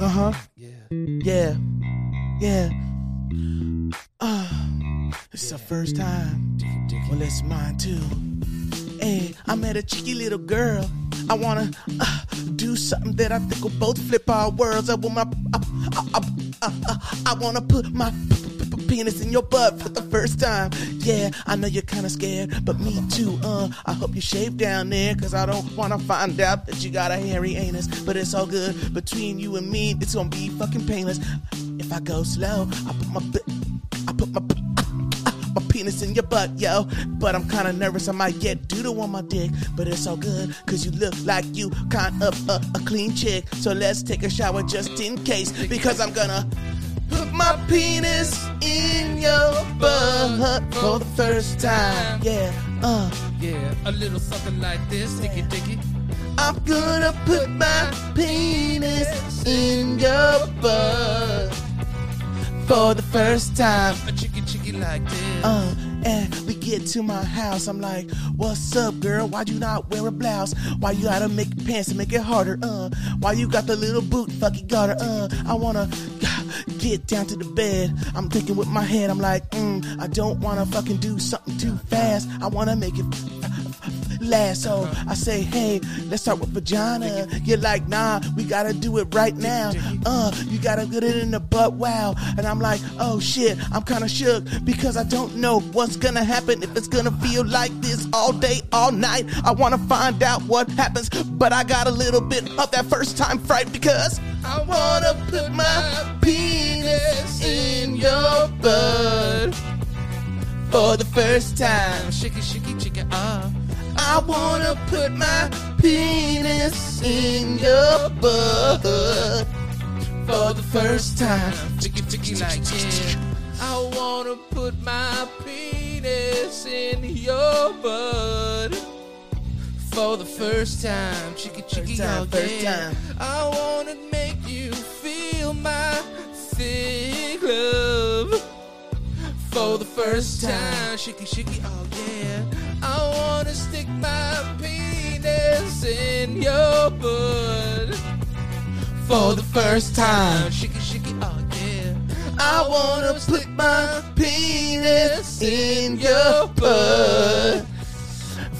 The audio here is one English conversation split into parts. Uh huh. Yeah. Yeah. Yeah. Uh, it's the first time. Dicky dicky. Well, it's mine too. Hey, I met a cheeky little girl. I wanna uh, do something that I think will both flip our worlds. I want my, uh, uh, uh, uh, uh, I wanna put my p- p- p- penis in your butt for the first time. Yeah, I know you're kinda scared, but me too. Uh, I hope you shave down there, cause I don't wanna find out that you got a hairy anus. But it's all good between you and me. It's gonna be fucking painless. If I go slow, I put my, bi- I put my. My penis in your butt, yo. But I'm kinda nervous, I might get doodle on my dick. But it's all good, cause you look like you kind of a, a clean chick. So let's take a shower just in case, because I'm gonna put my penis in your butt for the first time. Yeah, uh. Yeah. A little something like this. Dicky dicky. I'm gonna put my penis in your butt for the first time. A chicky chicky like this. Uh, and we get to my house. I'm like, what's up, girl? Why you not wear a blouse? Why you gotta make pants to make it harder? Uh, why you got the little boot fucking garter? Uh, I wanna get down to the bed. I'm thinking with my head. I'm like, mm, I don't wanna fucking do something too fast. I wanna make it last. So I say, hey, let's start with vagina. You're like, nah, we gotta do it right now. Uh, you gotta get it in the butt. Wow. And I'm like, oh shit, I'm kinda shook because I don't know what's gonna happen if it's gonna feel like this all day, all night. I wanna find out what happens, but I got a little bit of that first time fright because I wanna put my penis in your butt. For the first time, Chicky chicky chicky. Ah. I wanna put my penis in your butt for the first time. Chicky chicky like yeah. I wanna put my penis in your butt for the first time. Chicky chicky First time, oh, first yeah. time. I wanna make you feel my thick love for the first time. Chicky chicky oh yeah. I wanna stick my penis in your butt For the first time. Shiki shiki, oh yeah. I wanna put my penis in your butt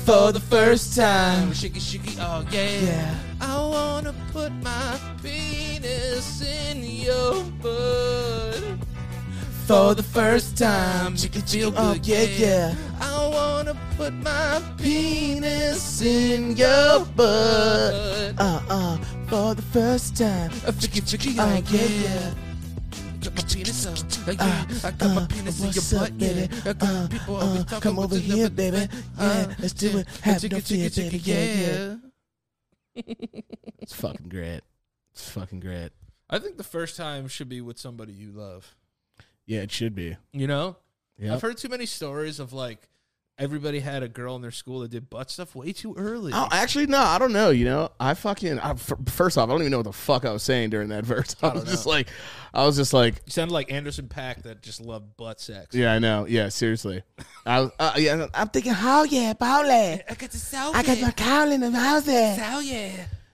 for the first time. Shiki shiki, oh yeah. Yeah. I wanna put my penis in your butt For the first time. Make it feel Oh, good, yeah, yeah. I wanna put my Penis in your butt. butt. Uh Uh-uh. uh. For the first time. Uh, Shiki shiki, Oh, oh yeah, yeah. Got my penis up, uh, Uh, yeah. I got my uh, penis in your what's butt, up, yeah. baby? I got Uh, people uh, always talking come what over they here, love, baby. uh, Yeah, let's do it. Uh, Have shiki, no fear, shiki, baby. shiki, Yeah, yeah. yeah. It's fucking great. It's fucking great. I think the first time should be with somebody you love. Yeah, it should be. You know, Yeah. I've heard too many stories of like everybody had a girl in their school that did butt stuff way too early. Oh. I don't- actually, no, I don't know. You know, I fucking I, f- first off, I don't even know what the fuck I was saying during that verse. I, don't was just know. like, I was just like, You sounded like Anderson Pack that just loved butt sex. yeah, I know. Yeah, seriously. I was, uh, yeah, I'm thinking, Oh yeah, Paula. I got the selfie. I got my cowl in the house there. Hell yeah!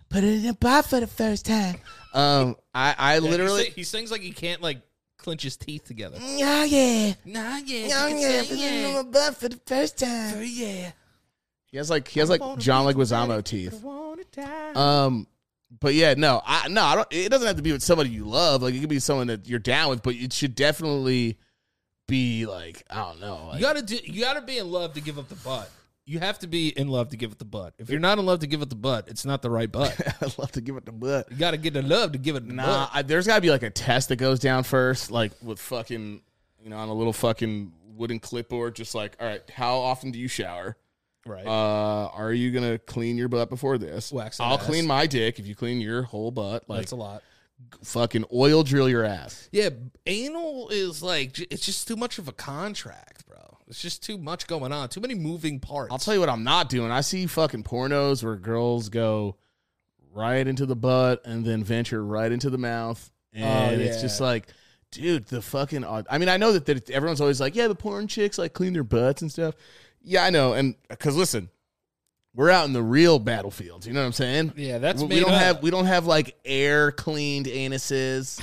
Put it in the pot for the first time. um, I, I literally, he, sing- he sings like he can't like clench his teeth together. Yeah, yeah. Nah, Yeah, yeah, yeah. Put it in my butt for the first time. yeah. he has like, he has like John Leguizamo teeth. Uh, Um, but yeah, no, I no, I don't. It doesn't have to be with somebody you love. Like it could be someone that you're down with, but it should definitely be like, I don't know. You Like, gotta do. You gotta be in love to give up the butt. You have to be in love to give up the butt. If you're not in love to give up the butt, it's not the right butt. I'd love to give it the butt. You gotta get in love to give it the Nah, butt. I, there's got to be like a test that goes down first, like with fucking, you know, on a little fucking wooden clipboard, just like, all right, how often do you shower? Right. Uh, are you gonna clean your butt before this? Wax that I'll ass. clean my dick if you clean your whole butt. Like That's a lot. fucking oil drill your ass. Yeah, anal is like j- it's just too much of a contract, bro. It's just too much going on, too many moving parts. I'll tell you what I'm not doing. I see fucking pornos where girls go right into the butt and then venture right into the mouth, and it's Oh, yeah. just like, dude, the fucking. Odd. I mean, I know that, that everyone's always like, yeah, the porn chicks like clean their butts and stuff. Yeah, I know, and because listen, We're out in the real battlefields. You know what I'm saying? Yeah, that's we, we made don't up. have we don't have like air cleaned anuses.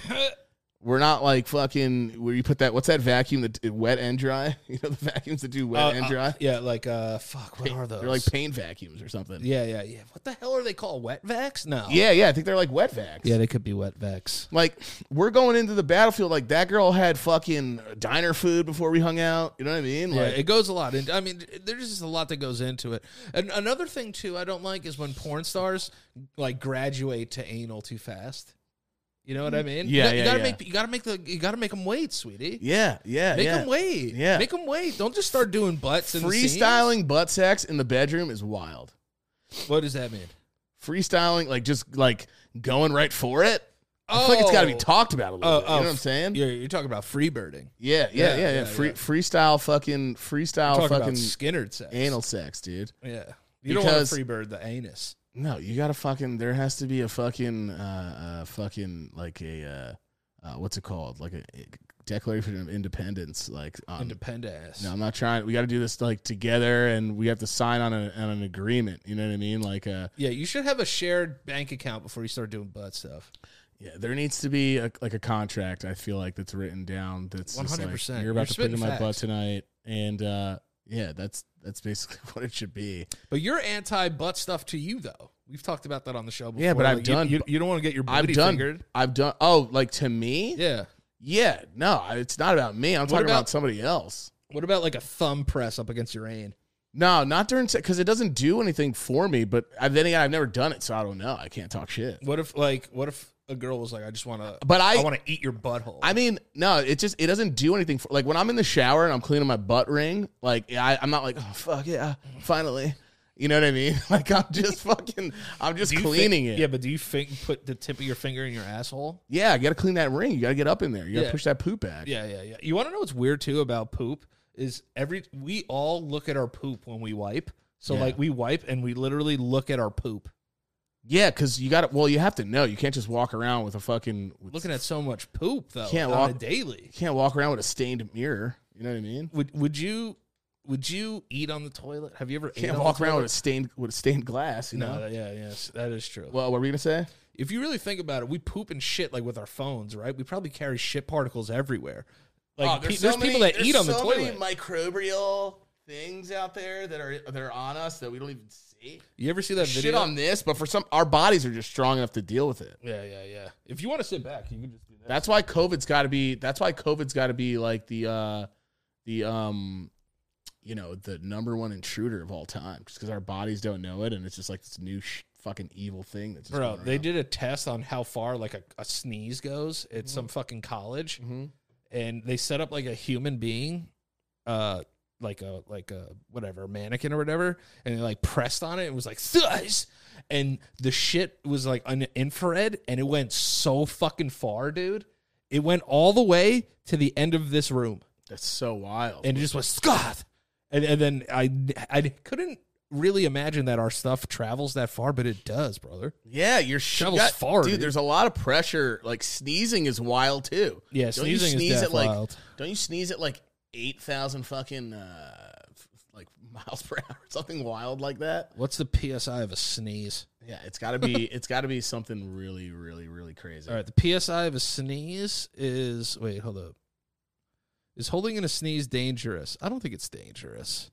We're not like fucking where you put that. What's that vacuum that it wet and dry? You know the vacuums that do wet Uh, and uh, dry. yeah, like uh, fuck. What are those? They're like paint vacuums or something. Yeah, yeah, yeah, yeah. What the hell are they called? Wet vacs? No. yeah. I think they're like wet vacs. yeah, they could be wet vacs. Like we're going into the battlefield. Like that girl had fucking diner food before we hung out. You know what I mean? Yeah, Like, it goes a lot. And I mean, there's just a lot that goes into it. And another thing too, I don't like is when porn stars like graduate to anal too fast. You know what I mean? Yeah, you, yeah, gotta yeah. make you gotta make the you gotta make them wait, sweetie. yeah, yeah, Make yeah. them wait. Yeah. Make them wait. Don't just start doing butts and Freestyling butt sex in the bedroom is wild. What does that mean? Freestyling, like just like going right for it. I feel like it's got Oh. to be talked about a little bit. You know what I'm saying? You're, you're talking about freebirding. Yeah, yeah, yeah, yeah. oh, Yeah, yeah, Free, yeah. Freestyle fucking freestyle Talking about fucking Skinner sex. anal sex, dude. Yeah. You don't want Because- to freebird the anus. No, you gotta fucking. There has to be a fucking, uh, uh fucking like a, uh, uh, what's it called? Like a, a Declaration of Independence. Like, um, Independent ass. no, I'm not trying. We got to do this like together, and we have to sign on, a, on an agreement. You know what I mean? Like, uh, Yeah, you should have a shared bank account before you start doing butt stuff. yeah, there needs to be a, like a contract. I feel like that's written down. That's one hundred 100%. percent. You're You're about to put in spitting my butt facts. tonight, and uh, yeah, that's that's basically what it should be. But you're anti butt stuff to you though. We've talked about that on the show before. Yeah, but I've you- done You, bu- you don't want to get your booty I've done. fingered. I've done. Oh, like to me? Yeah. Yeah, no, it's not about me. I'm talking about, about- somebody else. What about like a thumb press up against your ain? No, not during because it doesn't do anything for me. But I, then again, I've never done it, so I don't know. I can't talk shit. What if like what if a girl was like, I just want to, But I, I, want to eat your butthole. I mean, no, it just it doesn't do anything for like when I'm in the shower and I'm cleaning my butt ring. Like I, I'm not like oh fuck yeah, finally. You know what I mean? Like I'm just fucking, I'm just Do you cleaning think- it. Yeah, but do you think put the tip of your finger in your asshole? yeah, you gotta clean that ring. You gotta get up in there. You gotta Yeah. push that poop back. Yeah, yeah, yeah. You want to know what's weird too about poop is every we all look at our poop when we wipe. So Yeah. like we wipe and we literally look at our poop, yeah, because you gotta. Well, you have to know. You can't just walk around with a fucking. with- looking at so much poop though Can't on walk- a daily. you can't walk around with a stained mirror. You know what I mean? Would would you would you eat on the toilet? Have you ever ate Can't on walk the around with a toilet? stained with a stained glass, you know. No, yeah, yes, that is true. Well, what were we gonna say? if you really think about it, we poop and shit like with our phones, right? We probably carry shit particles everywhere. Oh, Like pe- there's, people that eat on the toilet. microbial things out there that are that are on us that we don't even see. you ever see that video? Shit on this, but for some, our bodies are just strong enough to deal with it. yeah, yeah, yeah. If you want to sit back, you can just do that. That's why COVID's got to be. That's why COVID's got to be like the, uh the um, you know, the number one intruder of all time, just because our bodies don't know it, and it's just like this new sh- fucking evil thing that's just Bro, going they around. did a test on how far like a, a sneeze goes at Mm. some fucking college, Mhm. and they set up like a human being, uh, like a like a whatever mannequin or whatever, and they like pressed on it and was like thighs, and the shit was like an infrared, and it went so fucking far, dude. It went all the way to the end of this room That's so wild. and it just was Scott. And and then I I couldn't really imagine that our stuff travels that far, but it does, brother. Yeah, your sh- Shovels got- far, dude, dude. There's a lot of pressure. Like sneezing is wild too. Yeah, Don't you sneezing is sneeze death at like, wild. Don't you sneeze at like eight thousand fucking uh, f- like miles per hour, something wild like that? What's the psi of a sneeze? Yeah, it's gotta be. it's gotta be something really, really, really crazy. All right, the psi of a sneeze is wait, hold up. Is holding in a sneeze dangerous? I don't think it's dangerous.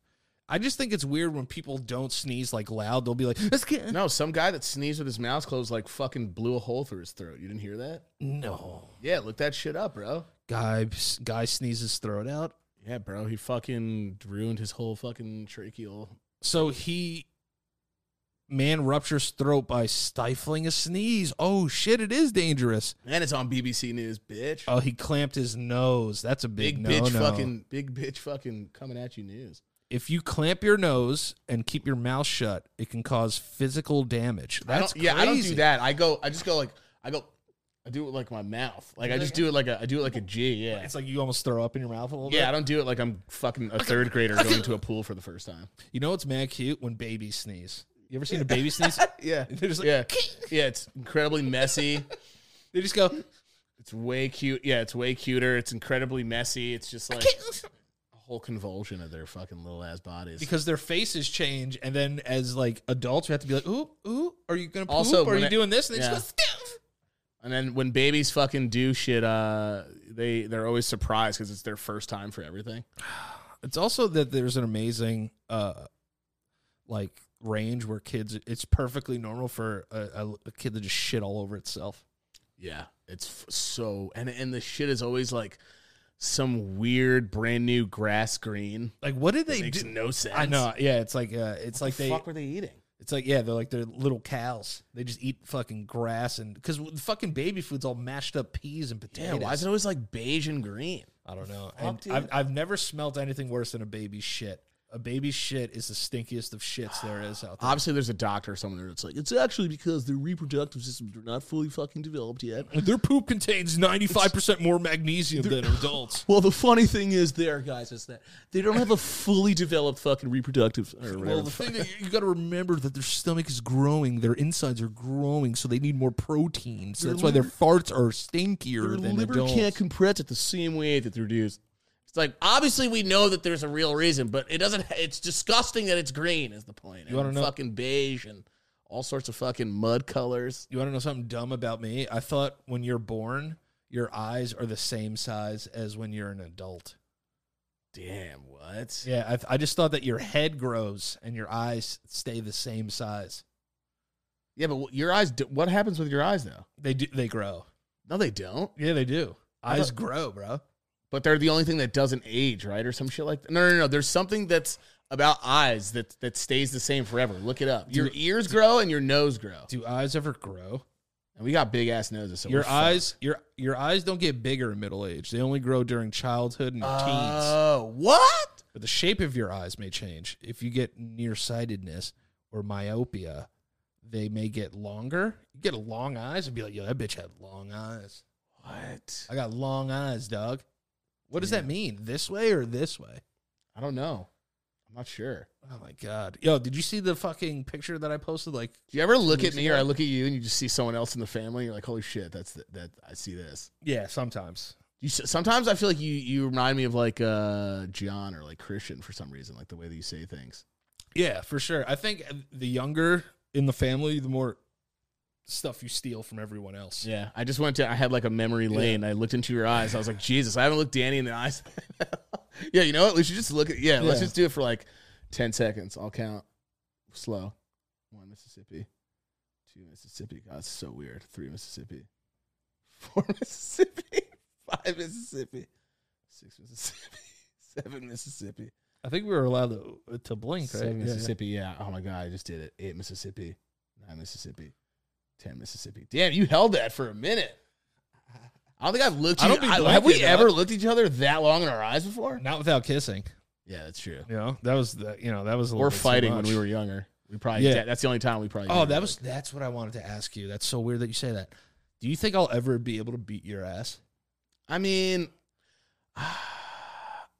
I just think it's weird when people don't sneeze like loud. They'll be like, "Let's get No, some guy that sneezed with his mouth closed like fucking blew a hole through his throat. You didn't hear that? no." Yeah, look that shit up, bro. Guy guy sneezes throat out. Yeah, bro, he fucking ruined his whole fucking tracheal. So he man ruptures throat by stifling a sneeze. Oh shit, it is dangerous. And it's on BBC News, bitch. Oh, he clamped his nose. That's a big, big no, bitch no. fucking big bitch fucking coming at you news. If you clamp your nose and keep your mouth shut, it can cause physical damage. That's I don't, yeah, I don't do crazy. that. I go, I just go like, I go, I do it with, like my mouth. Like I just do it like a, I do it like a G. Yeah, It's like you almost throw up in your mouth a little yeah. I bit. don't do it like I'm fucking a third grader going to a pool for the first time. You know what's mad cute when babies sneeze. You ever seen a baby sneeze? Yeah, They're just like, yeah, yeah. It's incredibly messy. They just go. It's way cute. Yeah, it's way cuter. It's incredibly messy. It's just like a whole convulsion of their fucking little ass bodies. because their faces change, and then as like adults, we have to be like, "Ooh, ooh, are you gonna poop? Also, are when you it- doing this?" And they yeah. just go, "Stiff." and then when babies fucking do shit, uh, they they're always surprised because it's their first time for everything. It's also that there's an amazing, uh, like range where kids. It's perfectly normal for a, a, a kid to just shit all over itself. Yeah, it's f- so and and the shit is always like some weird brand new grass green. Like, what did they Makes do? no sense. I know. Yeah, it's like uh, it's like they. were they eating? It's like yeah, they're like they're little cows. They just eat fucking grass and because fucking baby food's all mashed up peas and Yeah, potatoes. why is it always like beige and green? I don't know. Fuck, And dude. I've, I've never smelled anything worse than a baby shit. A baby shit is the stinkiest of shits there is out there. Obviously, there's a doctor or someone that's like, it's actually because their reproductive systems are not fully fucking developed yet. Their poop contains ninety five percent more magnesium than adults. Well, the funny thing is, there, guys, is that they don't have a fully developed fucking reproductive. Or whatever. Well, the thing that you, got to remember that their stomach is growing, their insides are growing, so they need more protein. So that's why their farts are stinkier their than liver adults. can't compress it the same way that their dudes. It's like obviously we know that there's a real reason, but it doesn't. It's disgusting that it's green. Is the point? You wanna know- fucking beige and all sorts of fucking mud colors. You want to know something dumb about me? I thought when you're born, your eyes are the same size as when you're an adult. Damn, what? Yeah, I, th- I just thought that your head grows and your eyes stay the same size. Yeah, but your eyes. do- What happens with your eyes though? They do. They grow. No, they don't. Yeah, they do. I Eyes thought- grow, bro. But they're the only thing that doesn't age, right? Or some shit like that. No, no, no. There's something that's about eyes that that stays the same forever. Look it up. Your Do- ears grow and your nose grow. Do eyes ever grow? And we got big ass noses. So Your we're eyes, your your eyes don't get bigger in middle age. They only grow during childhood and fucked. teens. Oh, what? But the shape of your eyes may change. If you get nearsightedness or myopia, they may get longer. You get long eyes and be like, "Yo, that bitch had long eyes. What? I got long eyes, dog." What does that mean? This way or this way? I don't know. I'm not sure. Oh my god. Yo, did you see the fucking picture that I posted like Do you ever look at weeks me ago? or I look at you and you just see someone else in the family? And you're like, holy shit, that's the, that. I see this. Yeah, sometimes. You s- sometimes I feel like you you remind me of like uh John or like Christian for some reason, like the way that you say things. Yeah, for sure. I think the younger in the family, the more stuff you steal from everyone else. Yeah, I just went to. I had like a memory lane. I looked into your eyes. I was like, Jesus, I haven't looked Danny in the eyes. yeah, you know what? We should just look at. Yeah, let's Yeah. just do it for like ten seconds. I'll count slow. One Mississippi, two Mississippi. God, it's so weird. Three Mississippi, four Mississippi, five Mississippi, six Mississippi, seven Mississippi, I think we were allowed to, to blink, right? seven Yeah, yeah. Mississippi. Yeah. Oh my God, I just did it. Eight Mississippi, nine Mississippi, ten Mississippi. Damn, you held that for a minute. I don't think I've looked. I you- don't be I- have we blinking, ever dog. looked at each other that long in our eyes before? Not without kissing. Yeah, that's true. You know, that was the you know, that was a little Or bit too fighting when much. we were younger. We probably. Yeah. That's the only time we probably. Oh, did that look. was that's what I wanted to ask you. That's so weird that you say that. Do you think I'll ever be able to beat your ass? I mean,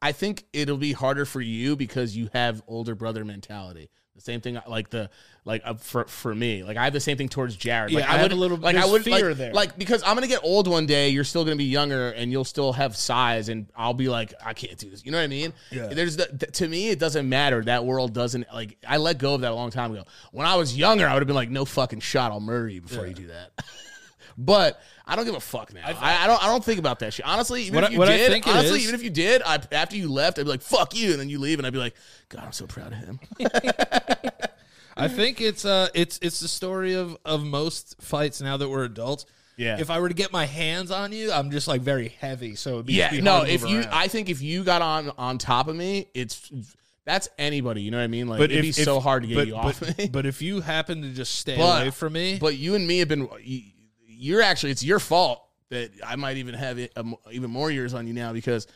I think it'll be harder for you because you have older brother mentality. The same thing, like the like uh, for for me, like I have the same thing towards Jared. Yeah, like, I have a little- like I there's would fear like, there. like because I'm gonna get old one day. You're still gonna be younger, and you'll still have size, and I'll be like, I can't do this. You know what I mean? Yeah. There's the, th- to me, it doesn't matter. That world doesn't like. I let go of that a long time ago. When I was younger, I would have been like, no fucking shot, I'll murder you before you do that. But I don't give a fuck now. I, I don't. I don't think about that shit. Honestly, even What if I- you what I did, think it honestly, is- even if you did, I, after you left, I'd be like, "Fuck you," and then you leave, and I'd be like, "God, I'm so proud of him." I think it's uh it's it's the story of of most fights now that we're adults. Yeah. If I were to get my hands on you, I'm just like very heavy, so it'd be yeah, be no. hard to If move you, around. I think if you got on on top of me, it's that's anybody. You know what I mean? Like, it'd be so hard to get but- you off but- me. But if you happen to just stay But- away from me, But you and me have been. you- You're actually. It's your fault that I might even have it, um, even more years on you now because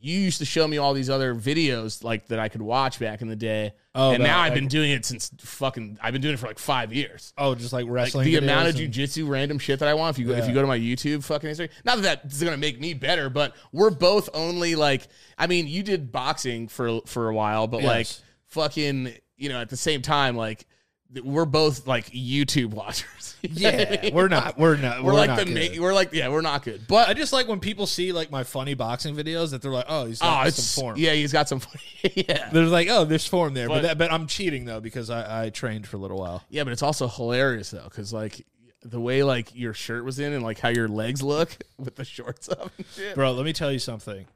you used to show me all these other videos like that I could watch back in the day. Oh, and no, now I- I've been doing it since fucking. I've been doing it for like five years. oh, just like wrestling. the amount videos of and- jujitsu random shit that I want. If you go, if Yeah. you go to my YouTube fucking history, not that that's gonna make me better, but we're both only like, I mean, you did boxing for for a while, but like Yes. fucking, you know, at the same time, like that we're both like YouTube watchers. You know what I Yeah, mean? we're not. We're not. We're, like not the good. ma- we're like yeah, we're not good. I But just like when people see like my funny boxing videos that they're like, oh, he's oh, got it's some form. yeah, he's got some yeah. They're like, oh, there's form there, but, But- that, but I'm cheating though because I, I trained for a little while. Yeah, but it's also hilarious though, because like the way like your shirt was in and like how your legs look with the shorts up. And shit. Bro, let me tell you something.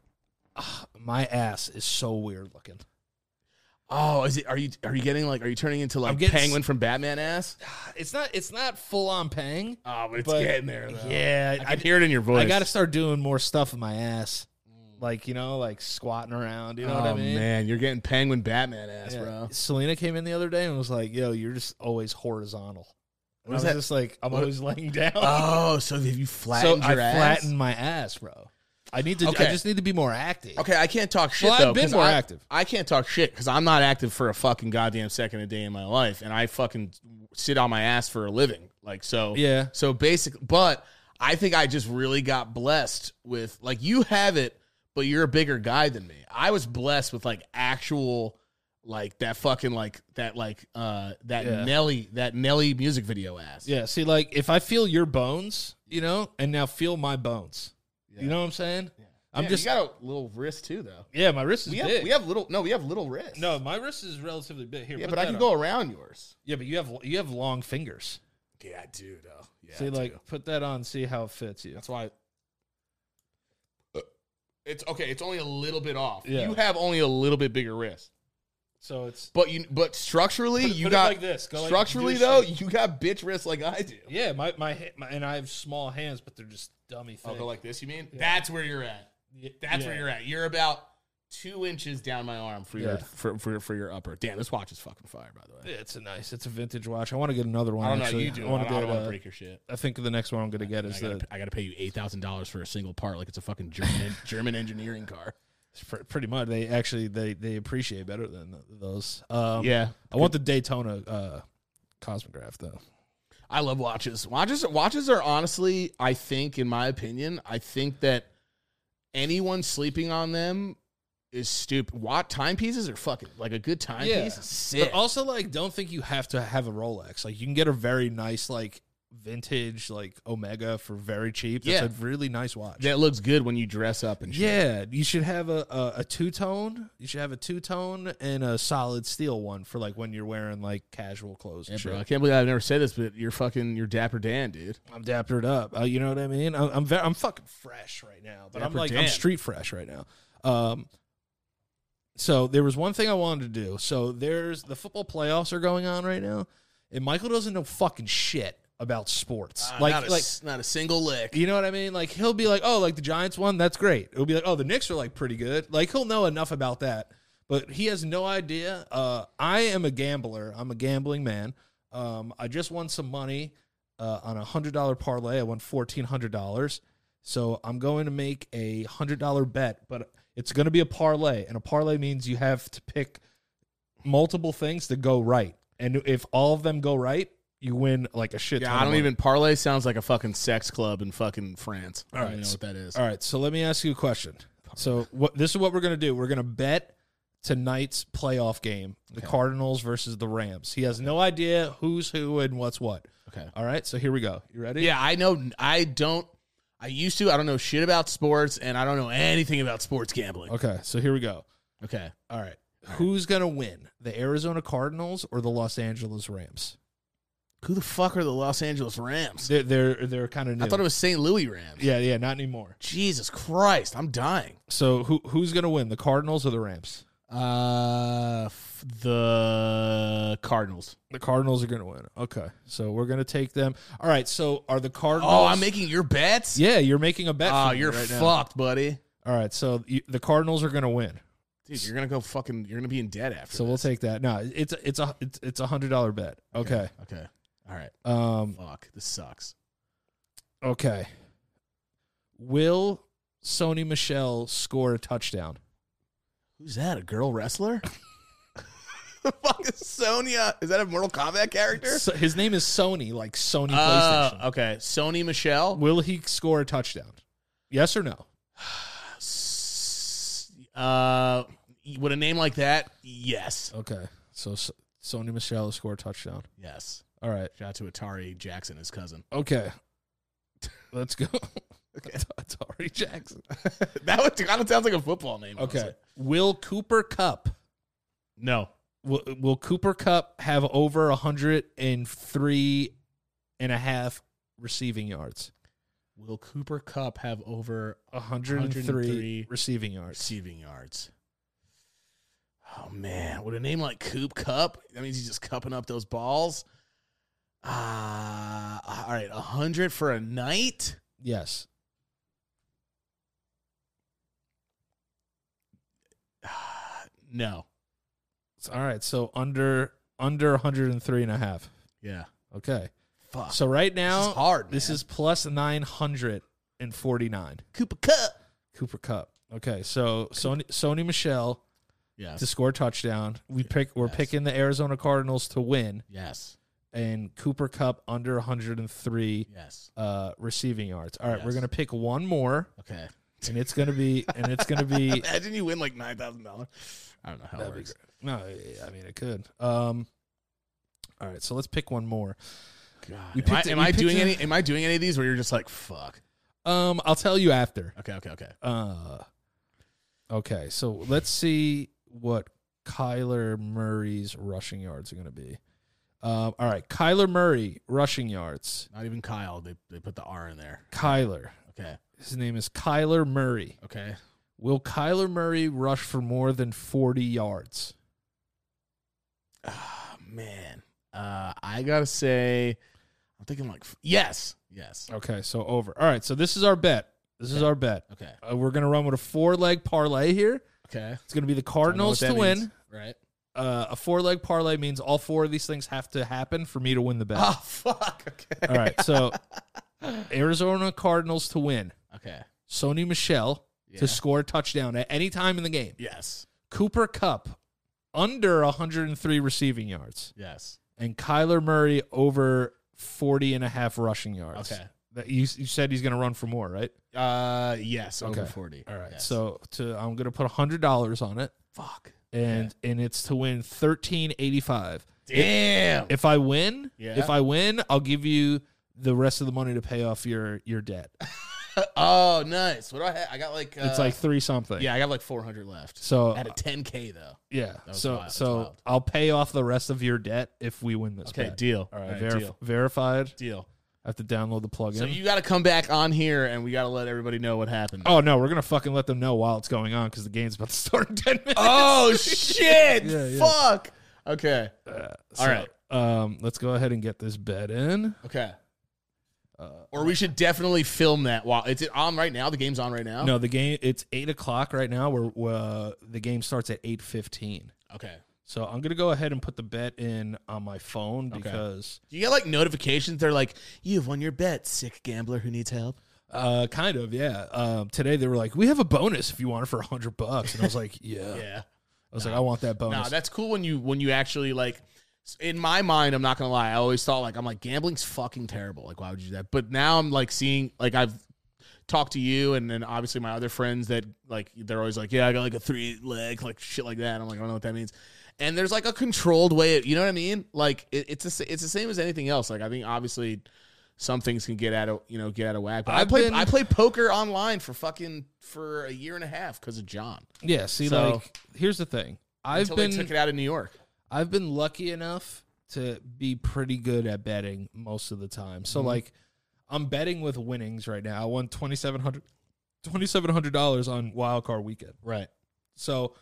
Ah, my ass is so weird looking. Oh, is it? Are you are you getting like are you turning into like I'm getting- Penguin from Batman ass? It's not. It's not full on pang. Oh, but it's But- getting there though. Yeah, I I, can hear it in your voice. I got to start doing more stuff with my ass, like you know, like squatting around. You know what I Oh, mean? man, you're getting Penguin Batman ass, Yeah. bro. Selena came in the other day and was like, "Yo, you're just always horizontal." And I is was that? just like, "I'm What- always laying down." Oh, so have you so flattened I your ass? flattened my ass, bro. I need to. Okay. I just need to be more active. Okay, I can't talk shit Well, I've though. been 'cause more I, active. I can't talk shit because I'm not active for a fucking goddamn second a day in my life, and I fucking sit on my ass for a living. Like so, Yeah. So basically, but I think I just really got blessed with like you have it, but you're a bigger guy than me. I was blessed with like actual. Like that fucking like that like uh that Yeah. Nelly that Nelly music video ass. Yeah. See, like if I feel your bones, you know, and now feel my bones. Yeah. You know what I'm saying? I'm Damn, just. you got a little wrist too though. yeah, my wrist is We have big. we have little no, we have little wrist. no, my wrist is relatively big. Here, Yeah, put but I that can on. go around yours. Yeah, but you have you have long fingers. Yeah, I do though. Yeah, see, like put that on, see how it fits you. That's why. Uh, It's okay. It's only a little bit off. Yeah. You have only a little bit bigger wrist, So it's but you but structurally Put it- you put it got like this. Go like- structurally do though something. you got bitch wrists like I do. yeah, my my, ha- my and I have small hands, but they're just dummy I'll things. Oh, go like this. You mean that's where you're at. That's where you're at. You're about two inches down my arm for your Yeah. for, for for your upper. Damn, this watch is fucking fire. By the way, It's a nice. It's a vintage watch. I want to get another one. I don't know. actually. You do. I I, want to don't, I get. don't want to uh, break your shit. I think the next one I'm going to get I is gotta, the I gotta pay you eight thousand dollars for a single part, like it's a fucking German German engineering car. It's pr- pretty much they actually they they appreciate better than th- those. Um, Yeah, I want the Daytona uh, Cosmograph though. I love watches. Watches watches are honestly, I think in my opinion, I think that anyone sleeping on them is stupid. What timepieces are fucking like a good timepiece Yeah. is sick. But also like don't think you have to have a Rolex. Like you can get a very nice like vintage like Omega for very cheap. That's Yeah. a really nice watch. that looks good when you dress up and shit. Yeah, you should have a, a, a two tone. You should have a two tone and a solid steel one for like when you're wearing like casual clothes. Yeah, and bro. I shit. can't believe I've never said this, but you're fucking you're Dapper Dan, dude. I'm dappered up. Uh, you know what I mean? I'm I'm, ve- I'm fucking fresh right now, but I'm Dapper like Dan. I'm street fresh right now. Um, so there was one thing I wanted to do. So there's the football playoffs are going on right now, and Michael doesn't know fucking shit about sports. like Ah, Uh, not a, like. not a single lick. You know what I mean? Like he'll be like, "Oh, like the Giants won. That's great." It'll be like, "Oh, the Knicks are like pretty good." Like he'll know enough about that, but he has no idea. Uh, I am a gambler. I'm a gambling man. Um, I just won some money uh, on a hundred dollar parlay. I won fourteen hundred dollars. So I'm going to make a hundred dollar bet, but it's going to be a parlay, and a parlay means you have to pick multiple things to go right, and if all of them go right, you win like a shit. Yeah, ton of I don't money. even parlay sounds like a fucking sex club in fucking France. I don't right. even know what that is. All right, so let me ask you a question. So what this is what we're gonna do. We're gonna bet tonight's playoff game, the Cardinals versus the Rams. He has no idea who's who and what's what. Okay. All right, so here we go. You ready? Yeah, I know. I don't. I used to. I don't know shit about sports, and I don't know anything about sports gambling. Okay, so here we go. Okay. All right. Who's gonna win? The Arizona Cardinals or the Los Angeles Rams? Who the fuck are the Los Angeles Rams? They're they're they're kind of new. I thought it was St. Louis Rams. Yeah, yeah, not anymore. Jesus Christ, I'm dying. So who who's gonna win? The Cardinals or the Rams? Uh, f- the Cardinals. The Cardinals are gonna win. Okay. So we're gonna take them. All right, so are the Cardinals Oh, I'm making your bets. Yeah, you're making a bet. Oh, for me you're right now. fucked, buddy. All right, so you, the Cardinals are going to win. Dude, you're gonna go fucking. You're gonna be in debt after. So we'll take that. No, it's it's a it's, it's a hundred dollar bet. Okay. this. okay. All right. Um. Fuck. This sucks. Okay. Will Sony Michelle score a touchdown? Who's that? A girl wrestler? the fuck is Sonya? Is that a Mortal Kombat character? So his name is Sony, like Sony Uh, PlayStation. okay. Sony Michelle. Will he score a touchdown? Yes or no? S- Uh, with a name like that, yes. Okay. So, so Sony Michelle to score a touchdown. Yes. All right. Shout out to Atari Jackson, his cousin. Okay. Let's go. Okay. Atari Jackson. that one kind of sounds like a football name. Okay. honestly. Will Cooper Cup No. will, will Cooper Cup have over 103 and a half receiving yards? Will Cooper Cup have over 103, 103 receiving yards. receiving yards? Oh man, with a name like Coop Cup, that means he's just cupping up those balls. Ah, all right, hundred for a night. Yes. Ah, no, All right. So under under 103 and a half. yeah, Okay. fuck. So right this now is hard. this man. is plus 949 Cooper Cup. Cooper Cup. Okay. So Sony Sony Michelle Yes, to score a touchdown. We pick we're Yes. picking the Arizona Cardinals to win yes, and Cooper Cup under 103 yes. uh receiving yards. All right, we're Yes. going to pick one more Okay. and it's going to be and it's going to be Imagine you win like nine thousand dollars. I don't know how That'd it be works. no, I mean it could. Um all right, so let's pick one more. God, We am I, picked it- am we I picked doing it- any? Am I doing any of these where you're just like fuck? Um, I'll tell you after. Okay, okay, okay. Uh, okay, so let's see what Kyler Murray's rushing yards are going to be. Um, all right, Kyler Murray rushing yards. Not even Kyle. They they put the R in there. Kyler, Okay, his name is Kyler Murray. okay. Will Kyler Murray rush for more than forty yards? Oh, man, uh, I gotta say, I'm thinking like f- yes, yes. Okay, so over. All right, so this is our bet. This is our bet. Okay, Uh, we're going to run with a four leg parlay here. okay. It's going to be the I don't know Cardinals what to that win. means, right? Uh, a four leg parlay means all four of these things have to happen for me to win the bet. Oh fuck. Okay, All right, so Arizona Cardinals to win. okay. Sony Michelle Yeah. to score a touchdown at any time in the game. Yes, Cooper Cup under 103 receiving yards. yes. And Kyler Murray over 40 and a half rushing yards. Okay. That you, you said he's going to run for more, right? Uh, yes. Over Okay. forty. All right. Yes. So to I'm going to put $100 on it fuck. and and it's to win 1385. Damn. If I win, Yeah. if I win, I'll give you the rest of the money to pay off your your debt. oh, nice. What do I have? I got like. Uh, It's like 3 something. yeah, I got like 400 left. So uh, At a 10k though. Yeah. was So wild. That's so wild. I'll pay off the rest of your debt if we win this. bet. deal. All right. verif- verified. deal. I have to download the plugin. So you got to come back on here, and we got to let everybody know what happened. oh no, we're gonna fucking let them know while it's going on because the game's about to start in ten minutes. Oh, shit! Yeah, Uh, yeah. Fuck. Okay. So, all right. Um, let's go ahead and get this bet in. Okay. uh, or we should definitely film that while it's on right now. The game's on right now. No, the game it's eight o'clock right now. We're, we uh, the game starts at eight fifteen. Okay. So I'm gonna go ahead and put the bet in on my phone because Do you get like notifications? They're like, "You've won your bet, sick gambler who needs help." uh, kind of yeah. Um, today they were like, we have a bonus if you want it for hundred bucks, and I was like, yeah. Yeah. I was like, I want that bonus. No, that's cool when you when you actually like. In my mind, I'm not gonna lie. I always thought like I'm like gambling's fucking terrible. Like why would you do that? But now I'm like seeing like I've talked to you and then obviously my other friends that like they're always like yeah I got like a three leg like shit like that. I'm like I don't know what that means. And there's like a controlled way. You know what I mean? Like it, it's a, s- it's the same as anything else. Like I think obviously some things can get out of you know get out of whack. But i I've played been- I played poker online for fucking for a year and a half because of John. Yeah, see, So- like here's the thing. I've Until been they took it out of New York. I've been lucky enough to be pretty good at betting most of the time. So like I'm betting with winnings right now. I won twenty seven hundred twenty seven hundred dollars on wild card weekend. Right. So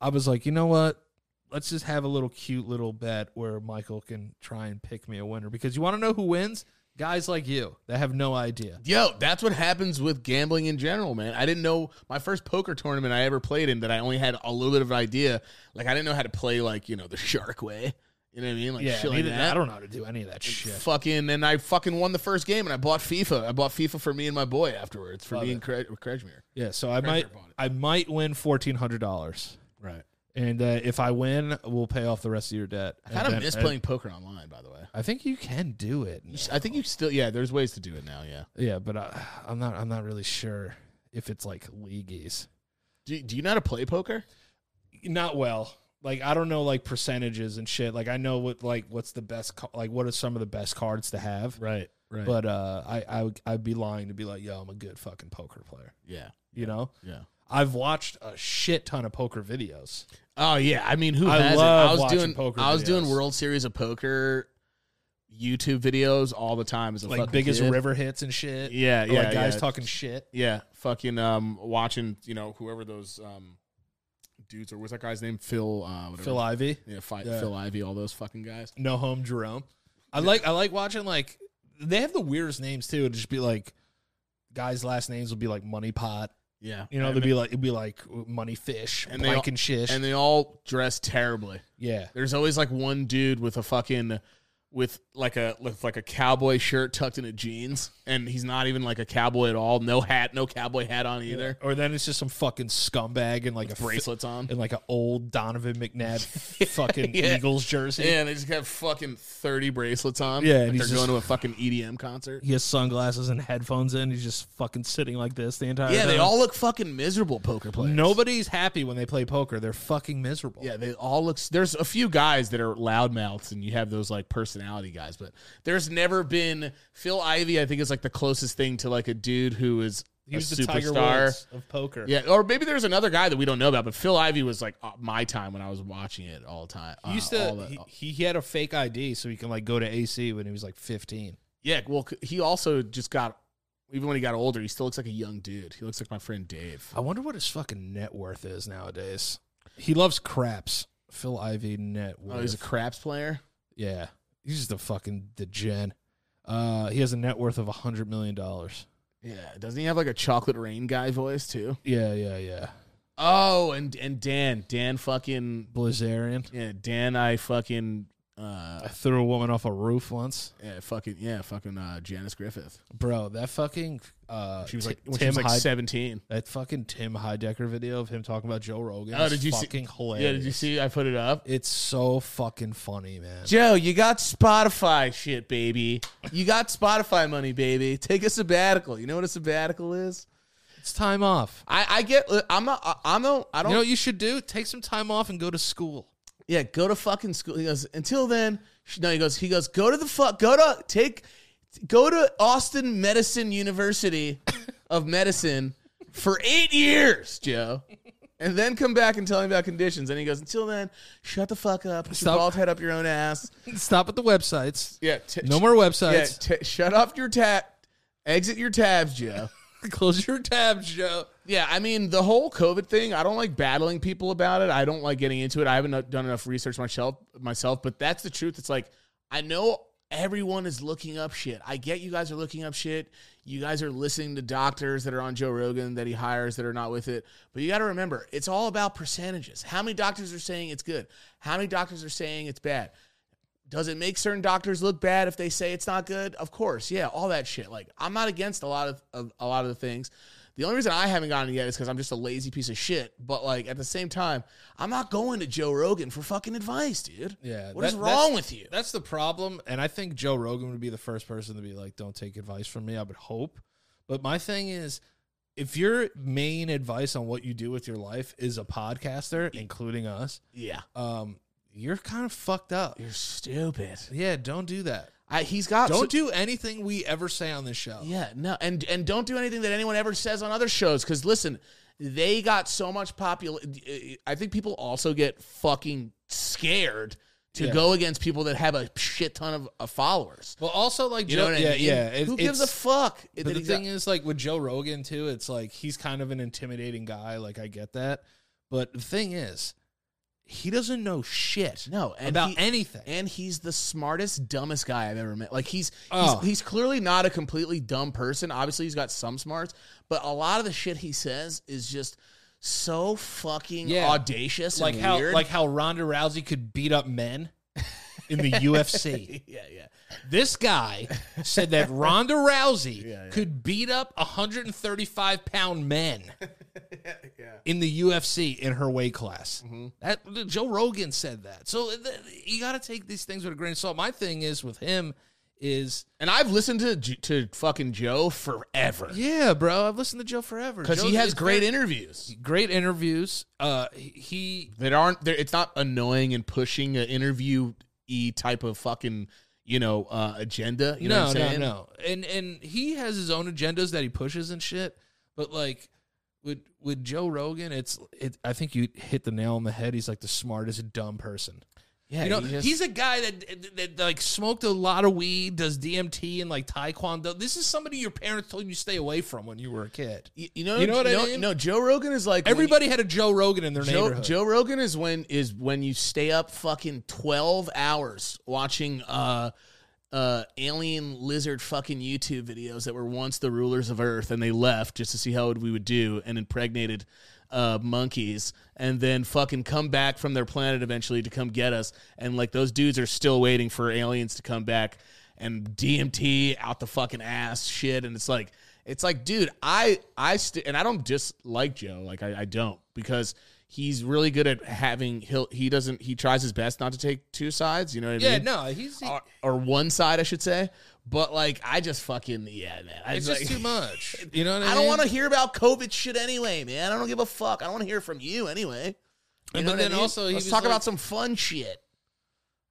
I was like, you know what? Let's just have a little cute little bet where Michael can try and pick me a winner because you want to know who wins? Guys like you that have no idea. Yo, that's what happens with gambling in general, man. I didn't know my first poker tournament I ever played in that I only had a little bit of an idea. Like I didn't know how to play like, you know, the shark way. You know what I mean? Like shit like neither- that. I don't know how to do any of that shit. Fucking and I fucking won the first game and I bought FIFA. I bought FIFA for me and my boy afterwards for Love me it. and Kre- Kretschmer. Yeah, so I might bought it. I might win fourteen hundred dollars. Right. And uh, if I win, we'll pay off the rest of your debt. I kind And of then- miss and playing poker online, by the way. I think you can do it. I think you still yeah, there's ways to do it now, yeah. Yeah, but I, I'm not. I'm not really sure if it's like leagueies. Do, do you know how to play poker? Not well. like I don't know like percentages and shit. Like I know what like what's the best ca- like what are some of the best cards to have. Right. Right. But uh, I I would, I'd be lying to be like, yo, I'm a good fucking poker player. Yeah. You know, Yeah. I've watched a shit ton of poker videos. Oh yeah, I mean, who I hasn't? love I was watching doing poker I was doing videos. World Series of Poker YouTube videos all the time as a like fucking biggest kid. river hits and shit. Yeah, Or, Uh, yeah, like guys yeah. talking shit. Yeah, fucking um, watching you know whoever those um dudes or what's that guy's name? Phil. Uh, whatever. Phil Ivy, Yeah, fi- Yeah. Phil Ivy, all those fucking guys. no home Jerome. I like I like watching like they have the weirdest names too. It'd just be like guys' last names will be like Money Pot. Yeah, You know, and they'd be like it'd be like Money Fish, And and they all- Blank and Shish. and they all dress terribly. yeah, There's always like one dude with a fucking with like a with like a cowboy shirt tucked into jeans, and he's not even like a cowboy at all. No hat, no cowboy hat on either. or then it's just some fucking scumbag and like a fi- Bracelets on. and like an old Donovan McNabb fucking Yeah. Eagles jersey. Yeah, and they just got fucking thirty bracelets on. Yeah, and like they're he's just- going to a fucking EDM concert. He has sunglasses and headphones in. He's just fucking sitting like this the entire Yeah, time. they all look fucking miserable poker players. Nobody's happy when they ply poker. They're fucking miserable. Yeah, they all look. There's a few guys that are loudmouths, and you have those like personality guys, but there's never been Phil Ivy. I think is like the closest thing to like a dude who is He a was the Tiger superstar. Woods of poker. yeah, or maybe there's another guy that we don't know about, but Phil Ivy was like uh, my time when I was watching it all the time. He used uh, to all the- he, he had a fake ID so he can like go to AC when he was like 15. yeah. Well, c- he also just got even when he got older, he still looks like a young dude. He looks like my friend Dave. I wonder what his fucking net worth is nowadays. He loves craps. Phil Ivy net worth. Oh, he's a craps player. yeah. He's just a fucking the gen. Uh he has a net worth of 100 million dollars. Yeah, doesn't he have like a chocolate rain guy voice too? Yeah, yeah, yeah. Oh, and and Dan, Dan fucking Blizzarian. Yeah, Dan, I fucking, I uh, threw a woman off a roof once. yeah, fucking, yeah, fucking uh, Janice Griffith. Bro, that fucking uh She was Ti- like, when she was like Hyde- seventeen. That fucking Tim Heidecker video of him talking about Joe Rogan. Oh, is did you see- fucking hilarious. Yeah, did you see? I put it up. It's so fucking funny, man. Joe, you got Spotify shit, baby. You got Spotify money, baby. Take a sabbatical. You know what a sabbatical is? It's time off. I, I get. uh, I'm not. I- I'm not. I You don't. know what you should do? Take some time off and go to school. yeah, go to fucking school. He goes. Until then, sh- no. He goes. He goes. Go to the fuck. Go to take. Go to Austin Medicine University of Medicine for eight years, Joe. And then come back and tell me about conditions. And he goes, until then, shut the fuck up. Put your Stop. bald head up your own ass. Stop at the websites. Yeah. T- No more Yeah. websites. T- shut off your tab. Exit your tabs, Joe. Close your tabs, Joe. Yeah, I mean the whole COVID thing. I don't like battling people about it. I don't like getting into it. I haven't done enough research myself, myself. But that's the truth. It's like I know everyone is looking up shit. I get you guys are looking up shit. You guys are listening to doctors that are on Joe Rogan that he hires that are not with it. But you got to remember, it's all about percentages. How many doctors are saying it's good? How many doctors are saying it's bad? Does it make certain doctors look bad if they say it's not good? Of course, yeah, all that shit. Like I'm not against a lot of, of a lot of the things. The only reason I haven't gotten it yet is because I'm just a lazy piece of shit. But like at the same time, I'm not going to Joe Rogan for fucking advice, dude. Yeah, what is that- wrong with you? That's the problem. And I think Joe Rogan would be the first person to be like, don't take advice from me. I would hope. But my thing is, if your main advice on what you do with your life is a podcaster, including us, yeah, um, you're kind of fucked up. you're stupid. Yeah, don't do that. I, he's got Don't so- do anything we ever say on this show. Yeah, no, and and don't do anything that anyone ever says on other shows because listen, they got so much popular. I think people also get fucking scared to Yeah. go against people that have a shit ton of, of followers. Well, also like You Joe, know what I yeah, mean? yeah. it- Who gives a it's- fuck? But the thing is, like with Joe Rogan too, it's like he's kind of an intimidating guy. Like I get that, but the thing is, he doesn't know shit no, and about he- anything. And he's the smartest, dumbest guy I've ever met. Like he's Oh. he's, he's clearly not a completely dumb person. Obviously, he's got some smarts, but a lot of the shit he says is just so fucking Yeah. audacious. like and how weird. like how Ronda Rousey could beat up men in the UFC. yeah, yeah. This guy said that Ronda Rousey could beat up 135 pound men in the UFC in her weight class. Mm-hmm. That Joe Rogan said that. So th- you got to take these things with a grain of salt. My thing is with him is And I've listened to J- to fucking Joe forever yeah, bro. I've listened to Joe forever because he Joe- has it's great very- interviews great interviews. Uh, he- he that aren't there. It's not annoying and pushing an interview e type of fucking you know uh, agenda. You know no, what I'm saying? no, no. And and he has his own agendas that he pushes and shit. But like with with Joe Rogan, it's it. I think you hit the nail on the head. He's like the smartest dumb person. Yeah, You know, he just- he's a guy that, that like smoked a lot of weed, does DMT and like Taekwondo. This is somebody your parents told you to stay away from when you were a kid. Y- you know You know what I no, mean? No, Joe Rogan is like Everybody had a Joe Rogan in their Joe, neighborhood. Joe Rogan is when is when you stay up fucking twelve hours watching uh uh alien lizard fucking YouTube videos that were once the rulers of Earth and they left just to see how we would do and impregnated uh monkeys and then fucking come back from their planet eventually to come get us and like those dudes are still waiting for aliens to come back and DMT out the fucking ass shit and it's like it's like dude I I st- and I don't dislike Joe like I, I don't because he's really good at having he'll he doesn't he tries his best not to take two sides you know what I yeah, mean no, he's he- or, or one side I should say but like I just fucking yeah man I it's just, just too much. You know what I, I mean? don't want to hear about COVID shit anyway man I don't give a fuck I don't want to hear from you anyway you But know what I then mean? also he let's was talk like- about some fun shit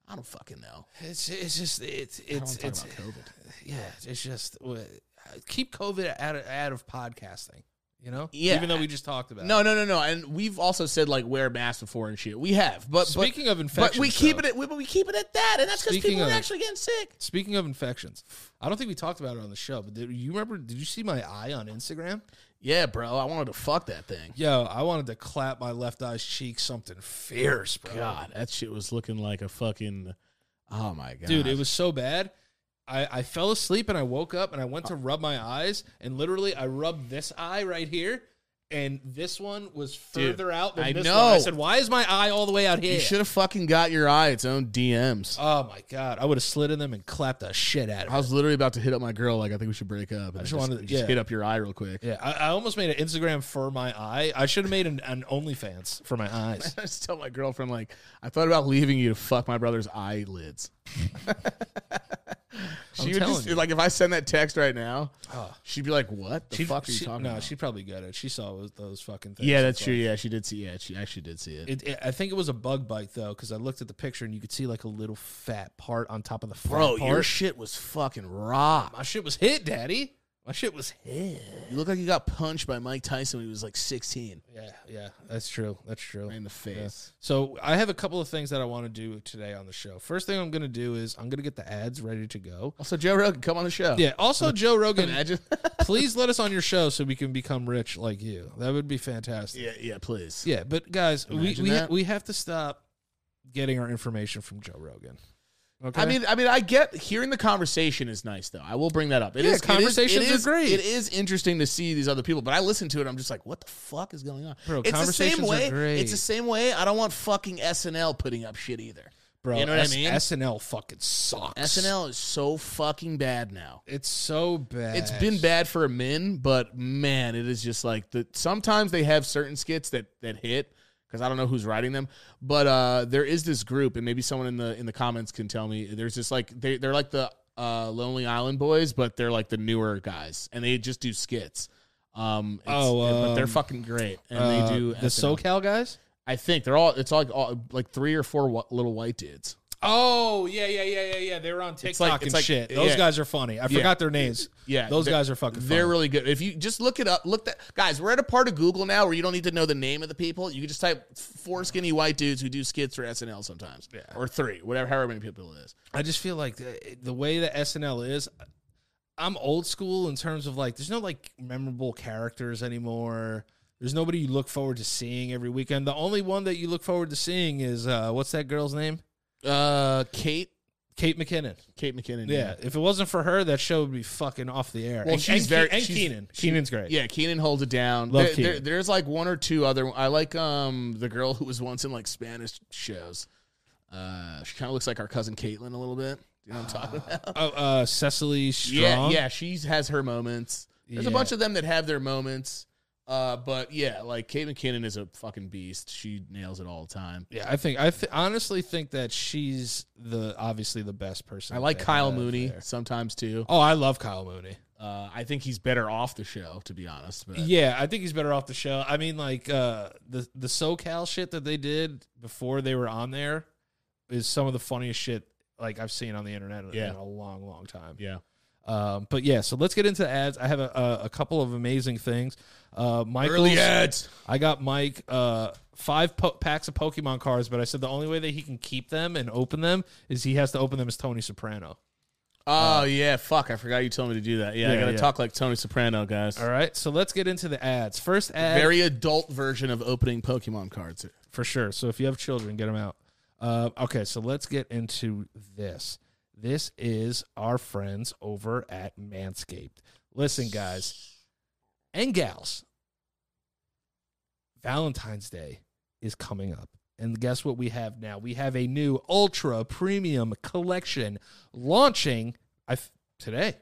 I don't fucking know It's it's just it's it's talk it's about COVID. yeah. It's just uh, keep COVID out of, out of podcasting. You know, Yeah. Even though we just talked about No, no, no, no. And we've also said like wear masks before and shit. We have, but It. Speaking of but, infections, but we keep though- it. At, we, but we keep it at that, and that's because Speaking people are of- actually getting sick. Speaking of infections, I don't think we talked about it on the show. But did, you remember? Did you see my eye on Instagram? Yeah, bro. I wanted to fuck that thing. Yo, I wanted to clap my left eye's cheek something fierce, bro. God, that shit was looking like a fucking. Oh my god, Dude, it was so bad. I, I fell asleep and I woke up and I Oh. went to rub my eyes and literally I rubbed this eye right here and this one was Dude, further out than I this know. one. I said, "Why is my eye all the way out You here?" should have fucking got your eye its own DMs. Oh my god, I would have slid in them and clapped the shit out of I it. was literally about to hit up my girl. Like I think we should break up. And I just just, wanted- just yeah. hit up your eye real quick. Yeah, I, I almost made an Instagram for my eye. I should have made an, an OnlyFans for my eyes. I just tell my girlfriend like I thought about leaving you to fuck my brother's eyelids. she would telling just you. like if I send that text right now, Oh. she'd be like, "What the She'd- fuck are you she- talking no, about?" she probably got it. She saw those, those fucking things. yeah, It's that's true. like- Yeah, she did see. Yeah, she actually did see it. It, it- I think it was a bug bite though, because I looked at the picture and you could see like a little fat part on top of the fat Bro, part. your shit was fucking raw. My shit was hit, Daddy. My shit was hit. You look like you got punched by Mike Tyson when he was like 16 Yeah, yeah, that's true. That's true. right in the face. So I have a couple of things that I want to do today on the show. First thing I'm going to do is I'm going to get the ads ready to go. Also, Joe Rogan, come on the show. Yeah. Also, Joe Rogan, imagine. please let us on your show so we can become rich like you. That would be fantastic. yeah, yeah, please. Yeah, but guys, we Imagine we, ha- that. we have to stop getting our information from Joe Rogan. Okay. I mean, I mean, I get hearing the conversation is nice though. I will bring that up. It Yeah, is- it is- conversations it are is- great. It is interesting to see these other people, but I listen to it. I'm just like, what the fuck is going on? Bro, it's the same conversations are way. great. It's the same way. I don't want fucking SNL putting up shit either. bro, you know what I S- mean? SNL fucking sucks. SNL is so fucking bad now. it's so bad. It's been bad for men, but man, it is just like the sometimes they have certain skits that that hit because I don't know who's writing them, but uh there is this group and maybe someone in the in the comments can tell me. There's just like they they're like the uh Lonely Island boys, but they're like the newer guys and they just do skits. Um it's- Oh, but they're um, fucking great and Uh, they do the SNL. SoCal guys. I think they're all it's all like all, like three or four wh- little white dudes. Oh yeah, yeah, yeah, yeah, yeah. They were on TikTok like- it's and like- shit. Those yeah. guys are funny. I forgot their names. Yeah, those they're- guys are fucking. They're funny. really good. If you just look it up, look that guys. We're at a part of Google now where you don't need to know the name of the people. You can just type four skinny white dudes who do skits for SNL sometimes, yeah. or three, whatever, however many people it is. I just feel like the, the way that SNL is. I'm old school in terms of like, there's no like memorable characters anymore. There's nobody you look forward to seeing every weekend. The only one that you look forward to seeing is uh, what's that girl's name? Uh, Kate, Kate McKinnon. Kate McKinnon. Yeah. If it wasn't for her, that show would be fucking off the air. Well, and, she's and Ke- very- and she's- Keenan. she- Keenan's great. yeah. Keenan holds it down. Love There- there- Keenan. there's like one or two other. I like um the girl who was once in like Spanish shows. Uh, she kind of looks like our cousin Caitlin a little bit. You know what I'm talking about? Oh, uh, Cecily Strong. Yeah, yeah, she has her moments. There's a Yeah. bunch of them that have their moments. Uh, but yeah, like Kate McKinnon is a fucking beast. She nails it all the time. Yeah, I think I th- honestly think that she's the obviously the best person. I that like they Kyle have Mooney there. sometimes too. Oh, I love Kyle Mooney. Uh, I think he's better off the show, to be honest. But Yeah, I think he's better off the show. I mean, like uh, the the SoCal shit that they did before they were on there is some of the funniest shit like I've seen on the internet in- Yeah. in a long, long time. yeah, Um, but yeah, so let's get into ads. I have a, a, a couple of amazing things. Uh, Michael's, early ads. I got Mike uh, five po- packs of Pokemon cards, but I said the only way that he can keep them and open them is he has to open them as Tony Soprano. Oh yeah, fuck! I forgot you told me to do that. Yeah, I Uh, Yeah, gotta yeah. talk like Tony Soprano, guys. All right, so let's get into the ads. First ad, Very adult version of opening Pokemon cards. for sure. So if you have children, get them out. Uh, okay, so let's get into this. This is our friends over at Manscaped. Listen, guys and gals, Valentine's Day is coming up. And guess what we have now? We have a new ultra premium collection launching I f- today,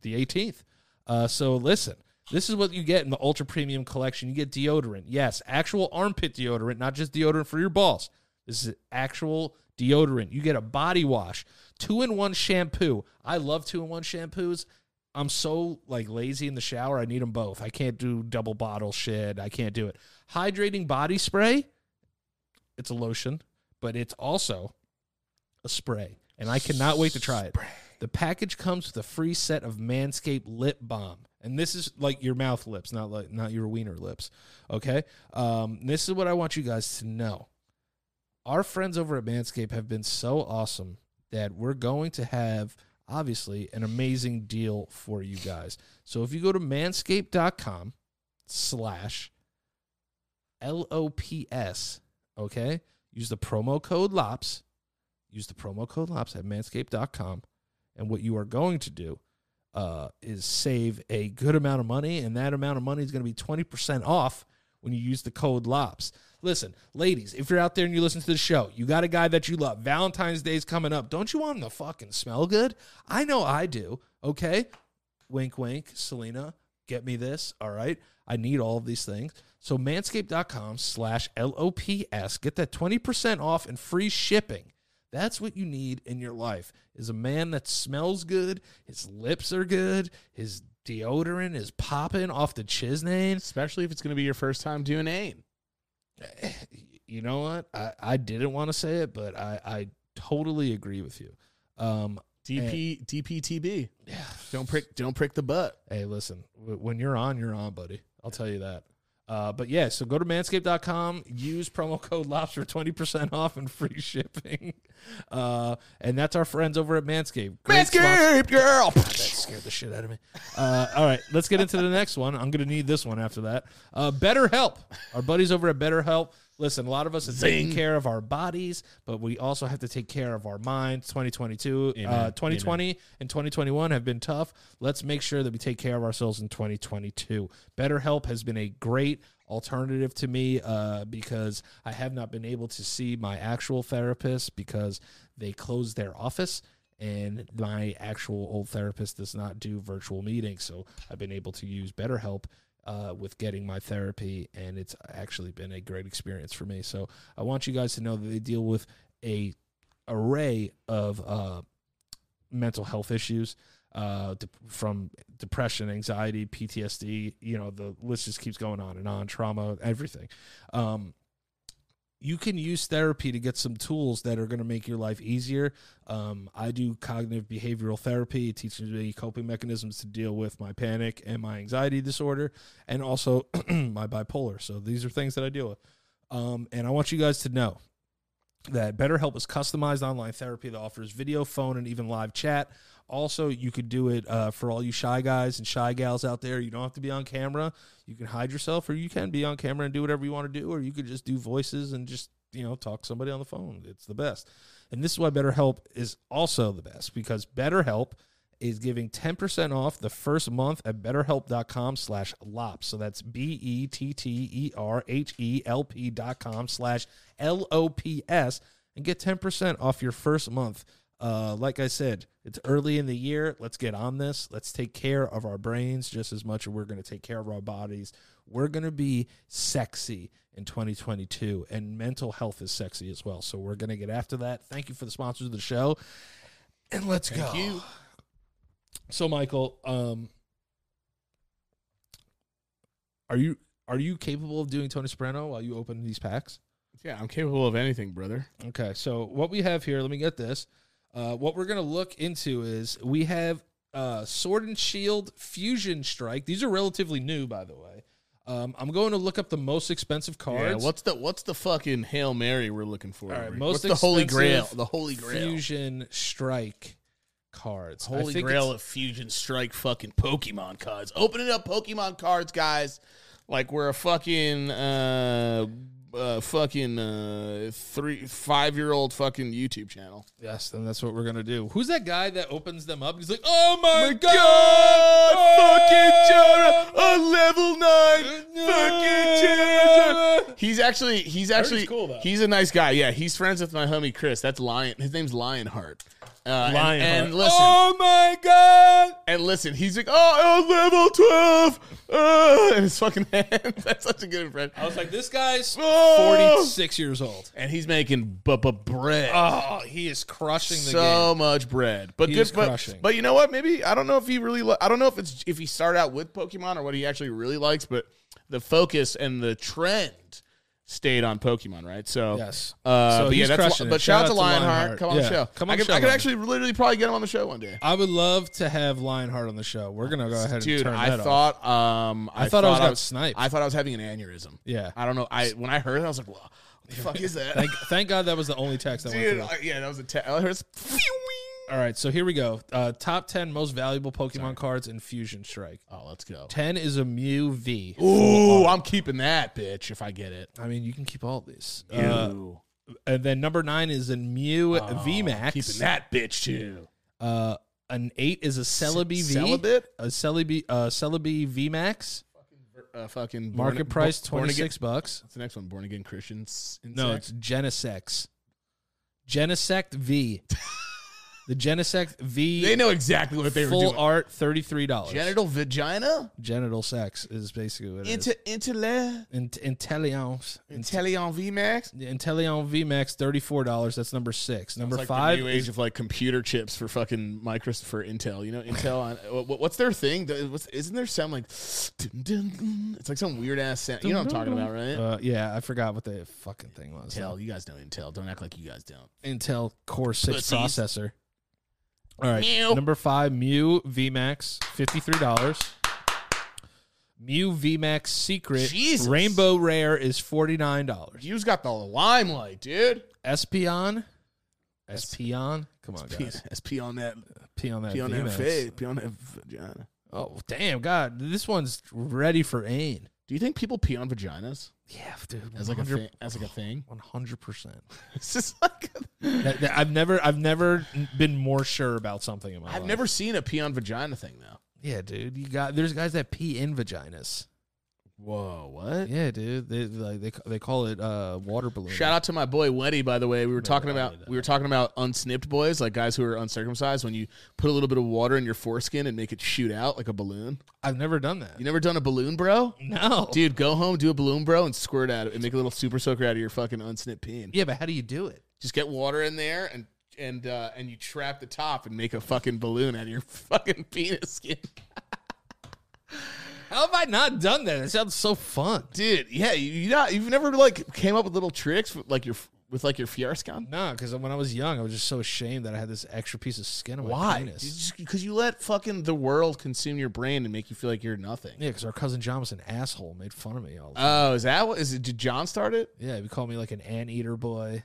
the 18th. Uh, so listen, this is what you get in the ultra premium collection. You get deodorant. Yes, actual armpit deodorant, not just deodorant for your balls. This is actual deodorant. You get a body wash, two in one shampoo. I love two in one shampoos. I'm so like lazy in the shower. I need them both. I can't do double bottle shit. I can't do it. Hydrating body spray. It's a lotion, but it's also a spray, and I cannot wait to try it. The package comes with a free set of Manscaped lip balm, and this is like your mouth lips, not like not your wiener lips. Okay, um, this is what I want you guys to know. Our friends over at Manscaped have been so awesome that we're going to have obviously an amazing deal for you guys. So if you go to manscaped.com slash L-O-P-S, okay, use the promo code LOPS use the promo code LOPS at manscaped.com. And what you are going to do uh, is save a good amount of money. And that amount of money is going to be 20% off when you use the code LOPS. Listen, ladies, if you're out there and you listen to the show, you got a guy that you love. Valentine's Day's coming up. Don't you want him to fucking smell good? I know I do. Okay. Wink, wink. Selena, get me this. All right. I need all of these things. So manscaped.com slash LOPS. Get that 20% off and free shipping. That's what you need in your life is a man that smells good, his lips are good, his deodorant is popping off the chisnane. Especially if it's gonna be your first time doing AIM. You know what? I, I didn't want to say it, but I, I totally agree with you. Um, DP DPTB. yeah. Don't prick. Don't prick the butt. Hey, listen, w- when you're on, you're on, buddy. I'll tell you that. Uh, but yeah, so go to manscaped.com, use promo code LOPS for 20% off and free shipping. Uh, and that's our friends over at Manscaped. Great sponsor- girl. That scared the shit out of me. Uh, all right, let's get into the next one. I'm going to need this one after that. Uh, BetterHelp. Our buddies over at BetterHelp. Listen, a lot of us have taken Zing. care of our bodies, but we also have to take care of our minds. 2022, Amen. uh, 2020, and 2021 have been tough. Let's make sure that we take care of ourselves in 2022. BetterHelp has been a great alternative to me uh, because I have not been able to see my actual therapist because they closed their office and my actual old therapist does not do virtual meetings. So I've been able to use BetterHelp uh, with getting my therapy, and it's actually been a great experience for me. So I want you guys to know that they deal with a array of uh, mental health issues. Uh, de- from depression, anxiety, PTSD, you know, the list just keeps going on and on, trauma, everything. Um, you can use therapy to get some tools that are going to make your life easier. Um, I do cognitive behavioral therapy. It teaches me coping mechanisms to deal with my panic and my anxiety disorder, and also my bipolar. So these are things that I deal with. Um, and I want you guys to know that BetterHelp is customized online therapy that offers video, phone, and even live chat. Also, you could do it uh, for all you shy guys and shy gals out there. You don't have to be on camera. You can hide yourself, or you can be on camera and do whatever you want to do, or you could just do voices and just you know talk to somebody on the phone. It's the best, and this is why BetterHelp is also the best because BetterHelp is giving 10% off the first month at betterhelp.com slash lops. So that's E B-E-T-T-E-R-H-E-L-P dot com slash L-O-P-S and get 10% off your first month Uh, like I said, it's early in the year. Let's get on this. Let's take care of our brains just as much as we're going to take care of our bodies. We're going to be sexy in 2022, and mental health is sexy as well. So we're going to get after that. Thank you for the sponsors of the show, and let's go. you. So, Michael, um, are you are you capable of doing Tony Soprano while you open these packs? Yeah, I'm capable of anything, brother. Okay, so what we have here, let me get this. Uh, what we're gonna look into is we have uh, Sword and Shield Fusion Strike. These are relatively new, by the way. Um, I'm going to look up the most expensive cards. Yeah, what's the what's the fucking Hail Mary we're looking for? All right, Rick? most what's the Holy expensive Grail? The Holy Grail. Fusion Strike cards? I Holy think Grail it's- of Fusion Strike fucking Pokemon cards. Opening up Pokemon cards, guys. Like we're a fucking uh, uh fucking uh three five year old fucking YouTube channel. Yes, then that's what we're gonna do. Who's that guy that opens them up? He's like, "Oh my, god, Oh, level nine Fucking Jonah. He's actually he's actually cool, though. he's a nice guy. Yeah, he's friends with my homie Chris. That's Lion. His name's Lionheart. Uh, and- Lionheart. And, listen, Oh my god! and listen, he's like, oh, I'm level twelve. Uh, and his fucking hand. That's such a good impression. I was like, this guy's Oh. 46 years old. And he's making bu- bu- bread. Oh, he is crushing the so much bread, but He good. is But, crushing. but you know what? Maybe I don't know if he really. Lo- I don't know if it's if he started out with Pokemon or what he actually really likes. But the focus and the trend stayed on Pokemon, right? So Yes. Uh, So but yeah, he's that's crushing it. but shout, out to Lionheart. Come on Yeah. the show. Come on I the could, show, I could Lionheart. actually literally probably get him on the show one day. game. I would love to have Lionheart on the show. We're gonna go ahead and Dude, turn I that off. thought um I, thought I was got sniped. I thought I was having an aneurysm. Yeah. I don't know. I when I heard it, I was like, "Whoa, what the fuck is that?" Thank, thank God that was the only text that went Dude, through. I- yeah, that was a te- I heard. it's- All right, so here we go. Uh, top 10 most valuable Pokemon cards in Fusion Strike. Oh, let's go. 10 is a Mew V. I Ooh, I'm keeping that bitch if I get it. mean, you can keep all these. Uh, and then number 9 is a Mew Oh, V Max. keeping that bitch too. Uh, an 8 is a Celebi V. Celibate? A Celebi, uh, Celebi V Max. Uh, fucking born- Market price born again- 26 bucks. What's the next one? Born again Christians. No, it's Genesect. Genesect V. the Genesect V they know exactly what they were full doing. art $33. Genital vagina. Genital sex is basically what it is. Inter intellect. Int- Intelliance. Int- Intellion VMAX. Intellion VMAX $34. That's number 6. Number 5 the new is age of like computer chips for fucking Microsoft for Intel. You know, Intel. On, what, what's their thing? The- What's, isn't there some like? dun, dun, dun? It's like some weird ass sound. You know what I'm talking about, right? uh, yeah, I forgot what the fucking thing was. Intel. You guys know Intel. Don't act like you guys don't. Intel Core 6 Pussies. processor. All right. Meow. Number five, Mew VMAX, $53. Mew VMAX Secret Jesus. Rainbow Rare is $49. You's got the limelight, dude. Espeon. Espeon. Come on, P- guys. SP on that. P on that P on that VMAX. face. P on that vagina. Oh, damn, God. This one's ready for aim. Do you think people pee on vaginas Yeah, dude. as like a thing, as like a thing? One hundred percent. It's just like i I've never, I've never been more sure about something in my I've life. never seen a pee on vagina thing though. Yeah, dude. You got there's guys that pee in vaginas. Whoa, what? Yeah, dude. They like they they call it uh water balloon. Shout out to my boy Weddy, by the way. We were talking about we were talking about unsnipped boys, like guys who are uncircumcised. When you put a little bit of water in your foreskin and make it shoot out like a balloon. I've never done that. You never done a balloon, bro? No, Dude, go home, do a balloon, bro, and squirt out it and make a little super soaker out of your fucking unsnipped peen. Yeah, but how do you do it? Just get water in there and and uh, and you trap the top and make a fucking balloon out of your fucking penis skin. How have I not done that? It sounds so fun. dude. Yeah, you, you not you've never like came up with little tricks with, like your with like your fiarscon. Nah, because when I was young, I was just so ashamed that I had this extra piece of skin on my penis. Because you let fucking the world consume your brain and make you feel like you're nothing. Yeah, because our cousin John was an asshole, made fun of me all. The time. Oh, is that what? Is it? Did John start it? yeah, he called me like an anteater boy.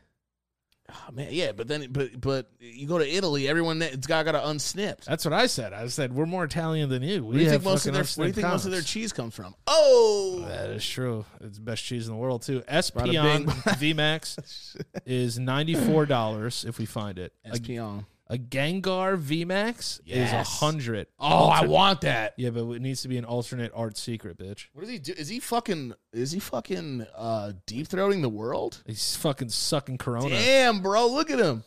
Oh, man, yeah. But then, but but you go to Italy, everyone that- it's got got to unsnipped. That's what I said. I said we're more Italian than you. Where do you think most of their Where do you think most of their cheese comes from? Oh, That is true. It's the best cheese in the world too. bing. Espion VMAX is ninety four dollars if we find it. A, Espion. a Gengar VMAX is a Yes. hundred. Oh, I want that. Yeah, but it needs to be an alternate art secret, bitch. What does he do? Is he fucking? Is he fucking uh, deep throating the world? He's fucking sucking Corona. Damn, bro, look at him.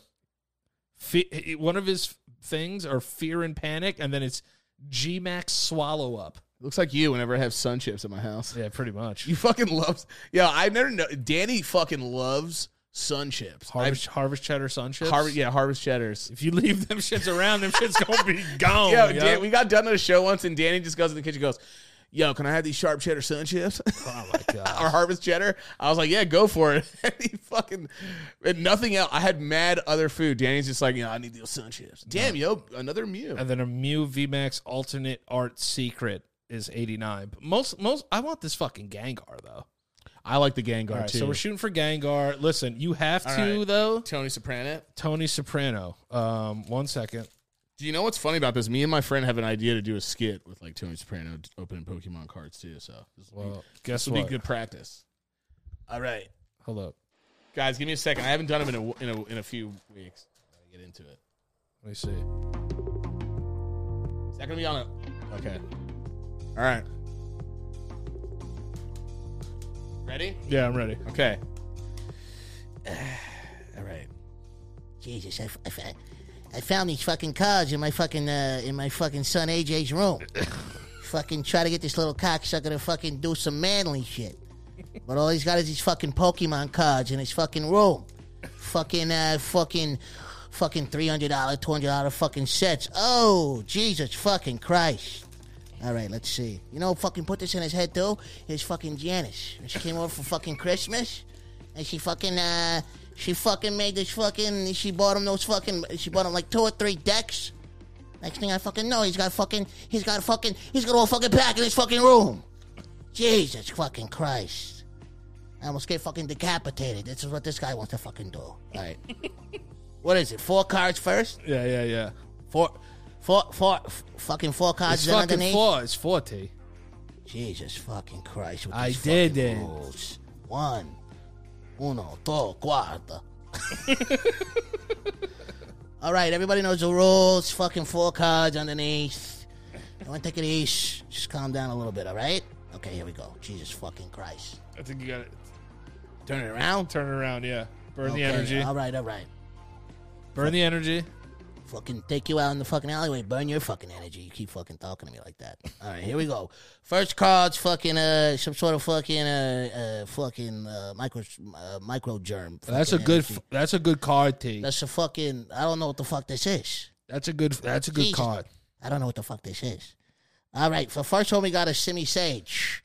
Fe- one of his things are fear and panic, and then it's G Max swallow up. Looks like you whenever I have sun chips at my house. Yeah, pretty much. You fucking loves. Yeah, I never know. Danny fucking loves sun chips. Harvest, harvest cheddar sun I, chips. harvest, yeah, harvest cheddars. If you leave them shits around, them shits gonna be gone. Yo, yo. Dan, we got done on a show once, and Danny just goes in the kitchen, and goes, "Yo, can I have these sharp cheddar sun chips oh my god. or harvest cheddar?" I was like, "Yeah, go for it." and he fucking and nothing else. I had mad other food. Danny's just like, "You know, I need those sun chips." Damn, yo, another meal. and then a Mew VMAX alternate art secret is 89. But most most I want this fucking Gengar though. I like the Gengar All right, too. so we're shooting for Gengar. Listen, you have All to right. though. Tony Soprano. Tony Soprano. Um, one second. Do you know what's funny about this? Me and my friend have an idea to do a skit with like Tony Soprano d- opening Pokemon cards too. So this will, Well, be, guess this will what? be good practice. All right, Hold up. guys, give me a second. I haven't done them in a in a, in a few weeks. I gotta get into it. Let me see. Is that gonna be on a? Okay. All right. Ready? Yeah, I'm ready. Okay. All right. Jesus, I, f- I f- I found these fucking cards in my fucking uh, in my fucking son AJ's room. fucking try to get this little cocksucker to fucking do some manly shit, but all he's got is these fucking Pokemon cards in his fucking room. Fucking uh, fucking fucking three hundred dollar, two hundred dollar fucking sets. Oh Jesus fucking Christ! All right, let's see. You know, who fucking put this in his head too. His fucking Janice. When she came over for fucking Christmas, and she fucking uh, she fucking made this fucking. She bought him those fucking. She bought him like two or three decks. Next thing I fucking know, he's got fucking. He's got fucking. He's got a whole fucking pack in his fucking room. Jesus fucking Christ! I almost get fucking decapitated. This is what this guy wants to fucking do. All right. what is it? Four cards first. Yeah, yeah, yeah. Four, four, four, f- fucking four cards It's then fucking underneath. four. It's 40. Jesus fucking Christ. With I these did fucking it. Rules. One, uno, dos, cuarto. All right, everybody knows the rules. Fucking four cards underneath. Everyone take it easy. Just calm down a little bit, all right? Okay, here we go. Jesus fucking Christ. I think you got it. Turn it around. Turn it around, yeah. Burn Okay, the energy. All right, all right. Burn the energy. fucking take you out in the fucking alleyway, burn your fucking energy. You keep fucking talking to me like that. All right, here we go. First card's fucking uh some sort of fucking uh, uh fucking uh micro uh, micro germ. That's a Fucking good. energy. f- That's a good card, T. That's a fucking. I don't know what the fuck this is. That's a good. That's a good Jesus. card. I don't know what the fuck this is. All right, for first one we got a Simi Sage.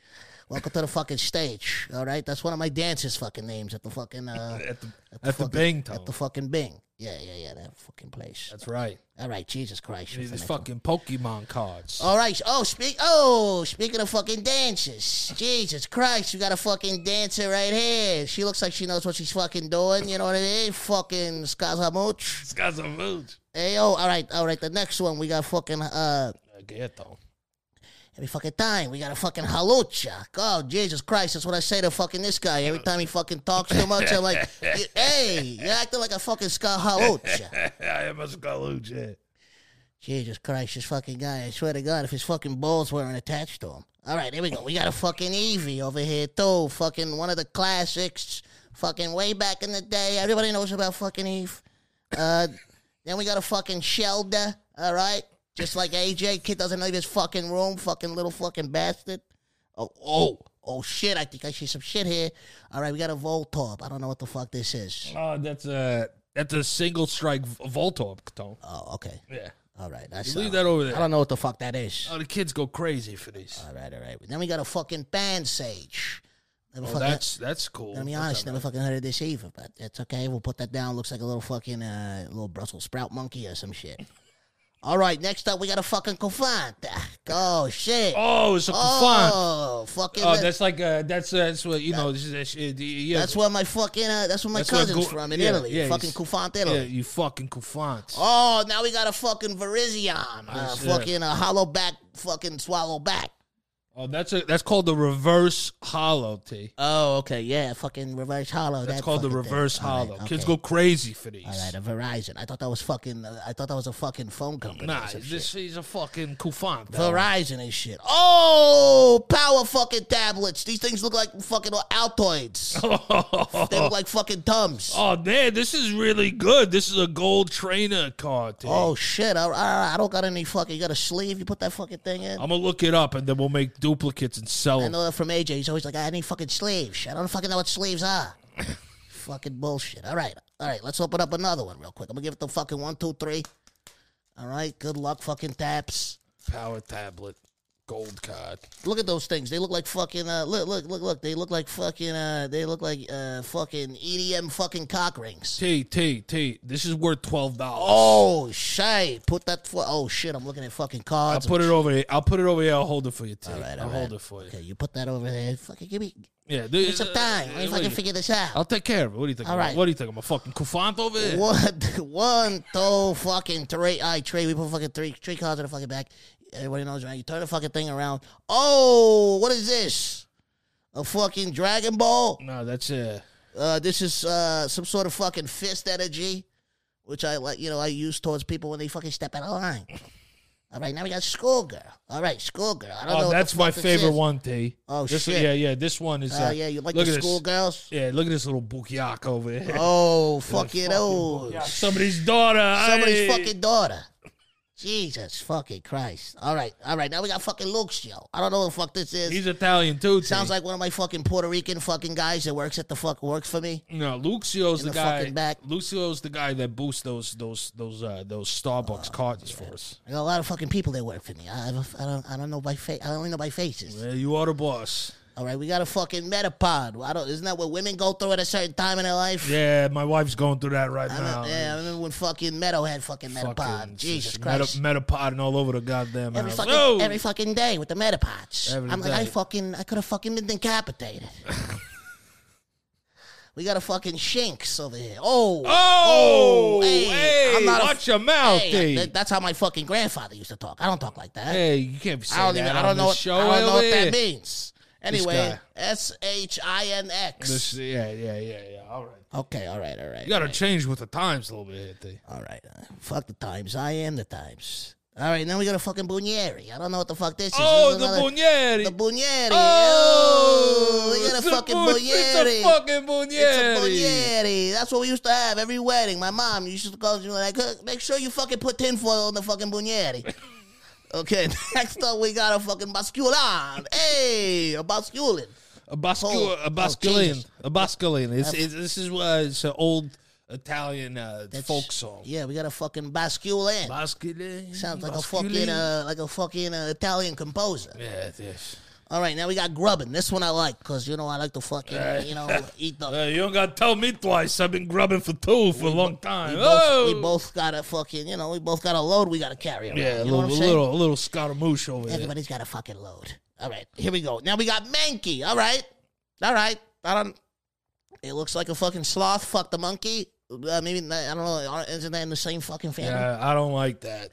Welcome to the fucking stage. All right, that's one of my dancers' fucking names at the fucking uh, At the at the fucking- Bing at Tone. the fucking Bing. Yeah, yeah, yeah, that fucking place. That's right. All right, Jesus Christ. what's These the next one? fucking Pokemon cards. All right. Oh, speak. Oh, speaking of fucking dancers, Jesus Christ, you got a fucking dancer right here. She looks like she knows what she's fucking doing. You know what I mean? Fucking Skazamuch. It's got some moods. Hey, yo. All right. All right. The next one we got fucking uh. Ghetto. Every fucking time we got a fucking halucha. God, Jesus Christ, that's what I say to fucking this guy. Every time he fucking talks too much, I'm like, hey, you're acting like a fucking ska halucha. I am a Scalooge. Jesus Christ, this fucking guy. I swear to God, if his fucking balls weren't attached to him. All right, there we go. We got a fucking Evie over here, too. Fucking one of the classics. Fucking way back in the day. Everybody knows about fucking Eve. Uh, then we got a fucking Shelda, all right? Just like AJ, kid doesn't leave his fucking room. Fucking little fucking bastard. Oh, oh, oh shit, I think I see some shit here. All right, we got a Voltorb. I don't know what the fuck this is. Oh, that's a that's a single strike v- Voltorb Tone. Oh, okay. Yeah, All right, that's. uh, leave that over there. I don't know what the fuck that is. Oh, the kids go crazy for these. All right, all right. Then we got a fucking band sage. Never Oh, fucking, that's that's cool. gonna be honest, never fucking heard of this either, but that's okay. We'll put that down. Looks like a little fucking uh, little Brussels sprout monkey or some shit. all right, next up we got a fucking confanta. Oh shit. Oh, it's a fun. Oh, fucking. Oh, that- that's, that's like uh, that's that's what you know. This is, uh, yeah, where my fucking uh, that's where my That's where cousin's Gu- from in yeah, Italy. yeah, fucking he's- confanta, Italy. yeah, you fucking kufant. Oh, now we got a fucking Verizion, uh, Nice, yeah. fucking a hollow back, fucking swallow back. Oh, that's a that's called the reverse hollow T. Oh, okay, yeah, fucking reverse hollow. That's that called the fucking thing. reverse All right, hollow. Kids okay. go crazy for these. All right, a Verizon. I thought that was fucking. Uh, I thought that was a fucking phone company. Nah, or some this shit. he's a fucking kufant. Verizon and shit. Oh, power fucking tablets. These things look like fucking Altoids. they look like fucking Tums. Oh man, this is really good. This is a gold trainer card. T. Oh shit! I, I, I don't got any fucking. You got a sleeve? You put that fucking thing in? I'm gonna look it up and then we'll make duplicates and sell I them. know that from AJ. He's always like, I need fucking sleeves. I don't fucking know what sleeves are. fucking bullshit. All right, all right. Let's open up another one real quick. I'm gonna give it the fucking one, two, three. All right. Good luck, fucking taps. Power tablet, gold card. Look at those things. They look like fucking. Uh, look, look, look, look. They look like fucking. Uh, they look like uh, fucking EDM fucking cock rings. T T T. This is worth twelve dollars. Oh shit! Put that. For, oh shit! I'm looking at fucking I'll cards. put it over here. I'll put it over here. I'll hold it for you, T. right, I'll all right. hold it for you. Okay, you put that over there. Fucking give me Yeah, dude, give me some time. uh, Let me fucking figure this out. I'll take care of it. What do you think? All I'm- right. What do you think? I'm a fucking kufant over here. One, one, two, fucking three. All right, Trey, we put fucking three, three cards in the fucking back. Everybody knows, right? You turn the fucking thing around. Oh, what is this? A fucking Dragon Ball? No, that's uh Uh, this is uh, some sort of fucking fist energy, which I like. You know, I use towards people when they fucking step out of line. All right, now we got schoolgirl. All right, schoolgirl. I don't know. Oh, what the that's my fuck this favorite is. one, T. Oh, This- shit. Yeah, yeah. This one is. Oh uh, yeah, you like look the at this. schoolgirls? Yeah, look at this little bukyak over here. Oh, fuck it, oh. Somebody's daughter. somebody's aye. fucking daughter. Jesus fucking Christ. All right, all right. Now we got fucking Luke's show. I don't know what the fuck this is. He's Italian too. T. Sounds like one of my fucking Puerto Rican fucking guys that works at the fuck works for me. No, Lucio's In the, the guy. fucking back. Lucio's the guy that boosts those those those uh, those Oh, Starbucks cards for us. I got a lot of fucking people that work for me. I, I've- I don't I don't know by face. I only know by faces. Yeah, you are the boss. All right, we got a fucking metapod. I don't. Isn't that what women go through at a certain time in their life? Yeah, my wife's going through that right I now. remember, yeah, I remember when fucking Meadow had fucking Fucking metapod. Jesus just Christ. Meta, metapod and all over the goddamn Every house. fucking, Whoa! every fucking day with the metapods. Every I'm like, I day. fucking, I could have fucking been decapitated. we got a fucking shinks over here. Oh, oh, hey, I'm not a- watch your mouth, hey, hey, that- that's how my fucking grandfather used to talk. I don't talk like that. hey, you can't be saying I don't that even, I on don't know, this what, show. I don't know what Elliot. that means. Anyway, guy. S H I N This, X. yeah, yeah, yeah, yeah. All right, Okay, all right, all right. you got to change with the times a little bit, here, T. All right, uh, fuck the times. I am the times. All right, now we got a fucking Bunieri. I don't know what the fuck this is. Oh, This is the another- Bunieri. The Bunieri. Oh, Oh, we got it's a fucking bu- It's a Bunieri. fucking Bunieri. It's a Bunieri. That's what we used to have every wedding. My mom used to go, she was like, "Hey, make sure you fucking put tinfoil on the fucking Bunieri. okay, next up we got a fucking basculin. Hey, a basculin. A bascul, Oh, a oh, basculin, Jesus. a basculin. It's, it's, this is uh, it's an old Italian uh, folk song. Yeah, we got a fucking basculin. Basculin Sounds like a basculin. fucking uh, like a fucking uh, Italian composer. Yeah, this. All right, now we got grubbin. This one I like because you know I like to fucking you know eat the Uh, you don't gotta tell me twice. I've been grubbing for two for a long time. We oh, both, we both got a fucking, you know, we both got a load we got to carry around. yeah, a you little, know what a I'm saying? little, a little Scaramouche over there. Everybody's got a fucking load. All right, here we go. Now we got Mankey. All right, all right. I don't. It looks like a fucking sloth. Fuck the monkey. Uh, maybe not- I don't know. aren't- Isn't that in the same fucking family? Yeah, Yeah, Uh, I don't like that.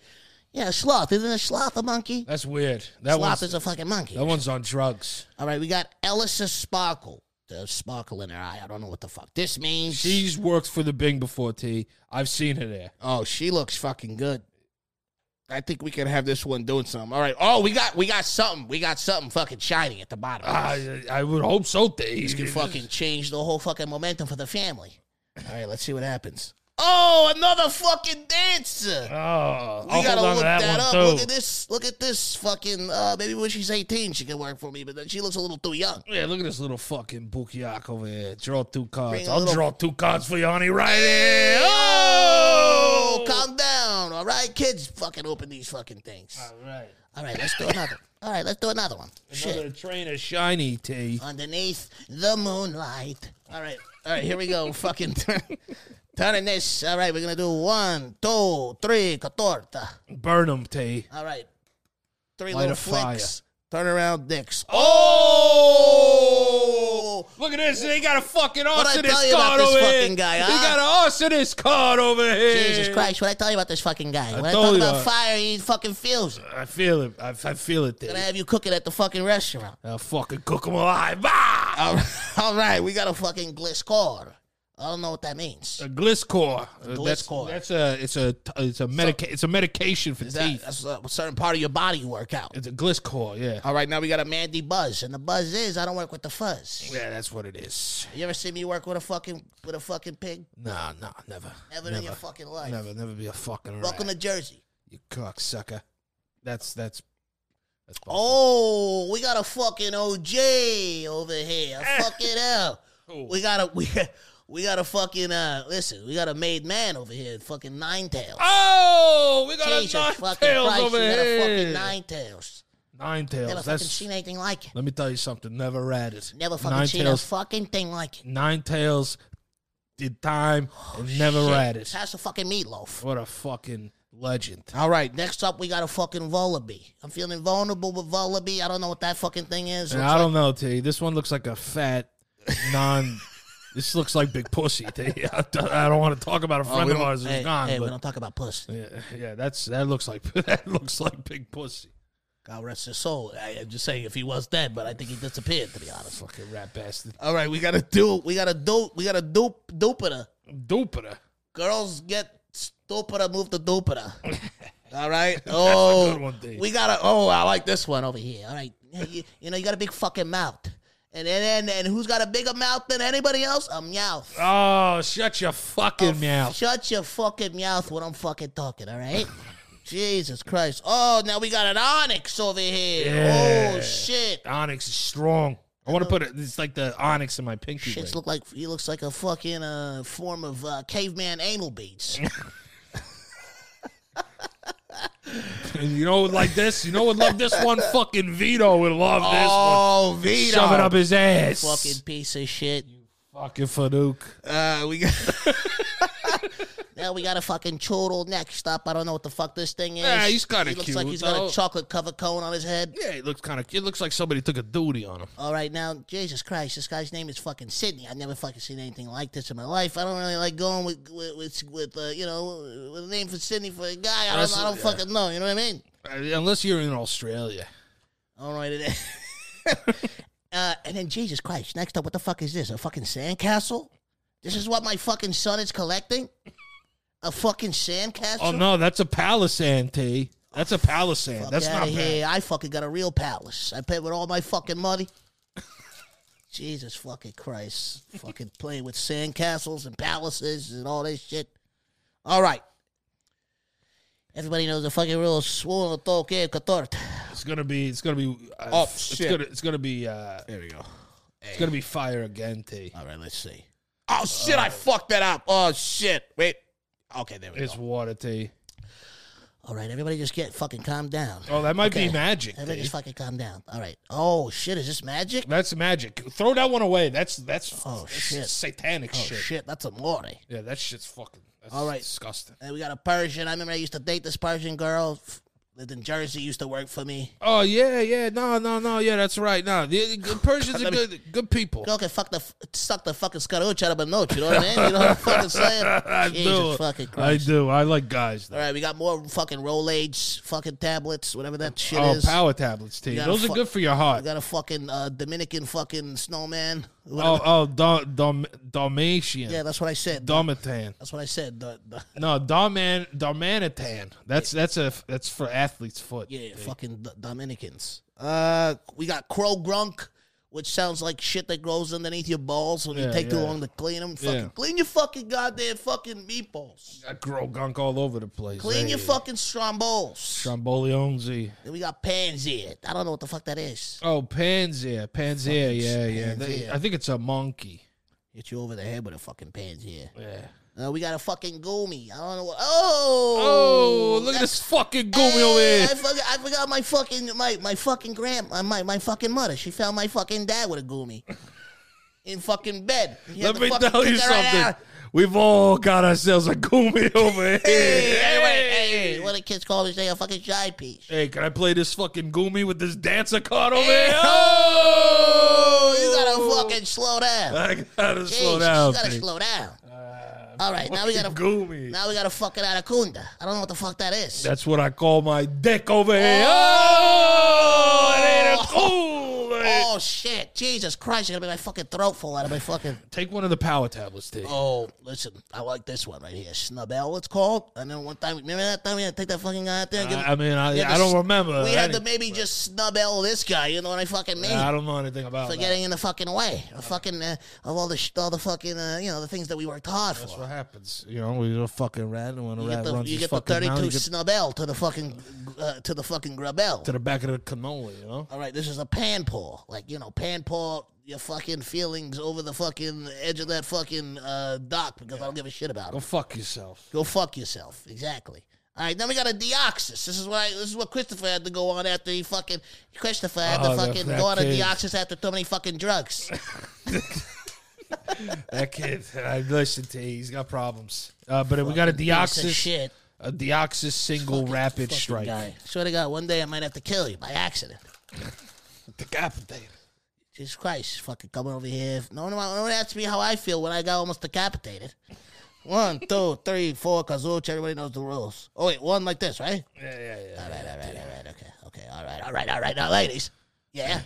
a sloth. Isn't a sloth a monkey? That's weird. That sloth one's, is a fucking monkey. that one's on drugs. All right, we got Elisa Sparkle. The sparkle in her eye. I don't know what the fuck this means. She's worked for the Bing before, T. I've seen her there. Oh, she looks fucking good. I think we can have this one doing something. All right. Oh, we got we got something. We got Something fucking shiny at the bottom. I, I would hope so, T. These can Ah, fucking change the whole fucking momentum for the family. All right, let's see what happens. Oh, another Fucking dancer. Oh, I'll We gotta hold on look to that, that, one up. too. Look at this. Look at this fucking. Uh, maybe when she's eighteen, she can work for me, but then she looks a little too young. Yeah, look at this little fucking bukiak over here. Draw two cards. Bring a I'll little- draw two cards for you, honey, right here. Oh! Oh, calm down. All right, kids, fucking open these fucking things. All right. All right, let's do another. All right, let's do another one. Shit. Another train of shiny tea. Underneath the moonlight. All right, all right, here we go. fucking turn, turning this. All right, we're gonna do one, two, three, catorta. Burnham tea. All right. Three Light little a fire. flicks. Turn around dicks. Oh! Oh! Look Look at this. They got a fucking I Austin tell you about Iscard this over fucking here. guy, They huh? got an Austin Iscard over here. Jesus Christ, what I tell you about this fucking guy? When I, told talk you that. about fire, he fucking feels it. I feel it. I, I feel it. Gonna There. have you cooking at the fucking restaurant. I'll fucking cook them alive. Ah! All right, all right, we got a fucking gliss cord. I don't know what that means. A Gliscor. Uh, that's- Gliscor. That's, a. It's a. It's a medica- It's a medication for Is that, teeth. that's a certain part of your body you work out. It's a Gliscor. Yeah. All right, now we got a Mandy Buzz, and the buzz is I don't work with the fuzz. Yeah, that's what it is. You ever see me work with a fucking with a fucking pig? Nah, nah, never. Never, in your fucking life. Never, never be a fucking Welcome rat. to Jersey. you cocksucker. That's that's that's. Oh, we got a fucking OJ over here. Fuck it out. We got a we, we got a fucking uh listen, we got a made man over here, fucking nine tails. Oh, we got Jesus a nine fucking tails Christ, over we got a fucking here. nine tails. Nine Never tails. fucking That's. seen anything like it. Let me tell you something. Never read it. Never fucking nine seen tails. a fucking thing like it. nine tails. Did time Oh, and never read it. That's a fucking meatloaf. What a fucking legend. All right, next up we got a fucking Vullaby. I'm feeling vulnerable with Vullaby. I don't know what that fucking thing is. And Looks I like- don't know, T. This one looks like a fat non. this looks like big pussy, T. I don't, I don't want to talk about a friend of don't- ours who's Oh, hey, gone. hey, we but don't talk about pussy. yeah, yeah, that's that looks like that looks like big pussy. God rest his soul. I, am just saying, if he was dead, but I think he disappeared. To be honest, Fucking rat bastard. all right, we got a dupe. We got a dupe. We got a dupe. Dupiter. Dupiter. Girls get stupider. Move to dupiter. all right. Oh, good one, Dave. we got a. Oh, I like this one over here. All right. Yeah, You, you know, you got a big fucking mouth, and and and, and who's got a bigger mouth than anybody else? A meowth. Oh, shut your fucking Oh, mouth. Shut your fucking mouth when I'm fucking talking, all right? Jesus Christ. Oh, now we got an onyx over here. Yeah. Oh, shit. Onyx is strong. I want to put it. It's like the onyx in my pinky. Shit's ring. look like he looks like a fucking uh, form of uh, caveman anal beads. And you know, like this. You know, would love this one. Fucking Vito would love this one. Oh, Vito. Shove it up his ass. fucking piece of shit. fucking Fadook. Uh, we got. Now we got a fucking chortle next up. I don't know what the fuck this thing is. Yeah, he's kinda He looks like cute, he's got though. a chocolate covered cone on his head. Yeah, it looks kind of. It looks like somebody took a duty on him. All right, now Jesus Christ, this guy's name is fucking Sydney. I've never fucking seen anything like this in my life. I don't really like going with with with, with uh, you know with a name for Sydney for a guy. I don't, I don't Absolutely, yeah. fucking know. You know what I mean? Uh, Unless you're in Australia. All right, it is. uh, and then Jesus Christ, next up, what the fuck is this? A fucking sandcastle? This is what my fucking son is collecting? A fucking sandcastle? Oh no, that's a palisand, T. That's a palisand. Fuck that's outta not bad. here. I fucking got a real palace. I paid with all my fucking money. Jesus fucking Christ. fucking playing with sandcastles and palaces and all this shit. All right. Everybody knows the fucking rules. Uno, dos, que, catorce. It's gonna be. It's gonna be. Uh, Oh, it's shit. gonna. It's gonna be. Uh, There we go. it's gonna be fire again, T. All right, let's see. Oh shit! Uh, I fucked that up. Oh shit! Wait. Okay, there we It's go. water, T. All right, everybody just get fucking calm down. Oh, that might Okay. be magic. Everybody T. just fucking calm down. All right. Oh shit, is this magic? That's magic. Throw that one away. That's that's, Oh, that's shit. satanic Oh shit. shit, that's a Maury. Yeah, that shit's fucking. That's All right. disgusting. And we got a Persian. I remember I used to date this Persian girl. f- Lived in Jersey, used to work for me. Oh yeah, yeah. No, no, no. Yeah, that's right. No, the, the Persians are Let me- good, good people. Girl can fuck the f- suck the fucking scaroach out of a note. You know what I mean? You know what I'm fucking saying? I Jesus do. fucking I Christ. do. I like guys. Though. All right, we got more fucking Rolaids, fucking tablets, whatever that shit Oh, is. power tablets, T. You gotta Those fu- are good for your We heart. got a fucking uh, Dominican fucking snowman. whatever. Oh, oh, Dom, Dom, Dalmatian. Yeah, that's what I said. Domatan. that's what I said. The- the- No, Doman, Domanitan. That's that's a that's for athlete's foot. Yeah, fucking D- Dominicans. Uh, we got crow grunk, which sounds like shit that grows underneath your balls when you Yeah, take too yeah. long to clean them. Fucking Yeah. clean your fucking goddamn fucking meatballs. I grow gunk all over the place. Clean your Hey. fucking stromboles. Trombolionzi. then we got pansy. I don't know what the fuck that is. Oh, Panzia, Panzia. Yeah, yeah. They- Panzea. I think it's a monkey. Hit you over the head with a fucking pansy. Yeah. Uh, we got a fucking goomy. I don't know what. Oh, Oh, look at that's- this fucking goomy over Hey, here. I forgot, I forgot my fucking my my fucking grand uh, my my fucking mother. She found my fucking dad with a goomy in fucking bed. He had Let to me fucking tell you kick her right something. out. We've all got ourselves a goomy over here. Hey, hey, hey, what the kids call this thing a fucking side piece. Hey, can I play this fucking Goomy with this dancer card over here? Oh, you got a fucking slow down. I gotta Jeez, slow down. Uh, You gotta Pete. slow down. All right, now we gotta Goomy. now we gotta fucking Aracunda. I don't know what the fuck that is. That's what I call my dick over here. Oh! Oh, it ain't a cool. Oh shit! Jesus Christ! You're gonna make my fucking throat full out of my fucking. Take one of the power tablets, T. Oh, listen, I like this one right here. Snubell, it's called. And then one time, remember that time we had to take that fucking guy out there? and give him- I, I mean, I, we had I to don't s- remember. We had any- to maybe just snubell this guy. You know what I fucking mean? I don't know anything about for that. getting in the fucking way, of fucking uh, of all the sh- all the fucking uh, you know the things that we worked hard for. What happens? You know, we do a fucking rat, and when a You rat get the, runs you his get the fucking 32 mouth, you get snubell to the fucking uh, to the fucking grubell. to the back of the cannoli. You know, All right, this is a pan paw. Like, you know, pan paw your fucking feelings over the fucking edge of that fucking uh, dock because I don't give a shit about go them. fuck yourself. Go fuck yourself. Exactly. All right, then we got a Deoxys. This is why this is what Christopher had to go on after he fucking Christopher had Oh, to that- fucking that go on a kid. Deoxys after too many fucking drugs. That kid, I listen to. He's got problems. Uh, but we got a Piece of Deoxys, shit. a Deoxys single rapid Fucking strike. Guy. Swear to God, one day I might have to kill you by accident. The god potato. Jesus Christ, fucking coming over here. No one, no one asked me how I feel when I got almost decapitated. One, two, three, four, Kazooch, everybody knows the rules. Oh, wait, one like this, right? Yeah, yeah, yeah. All right, all right, all right, okay, okay, all right, all right, all right. Now, ladies, yeah.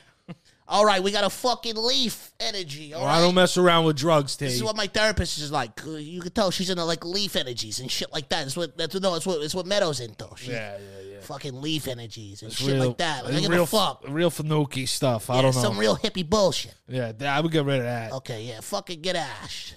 all right, we got a fucking leaf energy, all I right? don't mess around with drugs, T. This is what my therapist is like. Uh, You can tell she's into like leaf energies and shit like that. That's what that's no, it's what it's what Meadows into. She's yeah, yeah, yeah. fucking leaf energies and It's shit like that. Like, I it's give real, a fuck. Real Fanuki stuff. I Yeah, don't know. some real hippie bullshit. yeah, that- I would get rid of that. Okay, yeah, fucking get ash.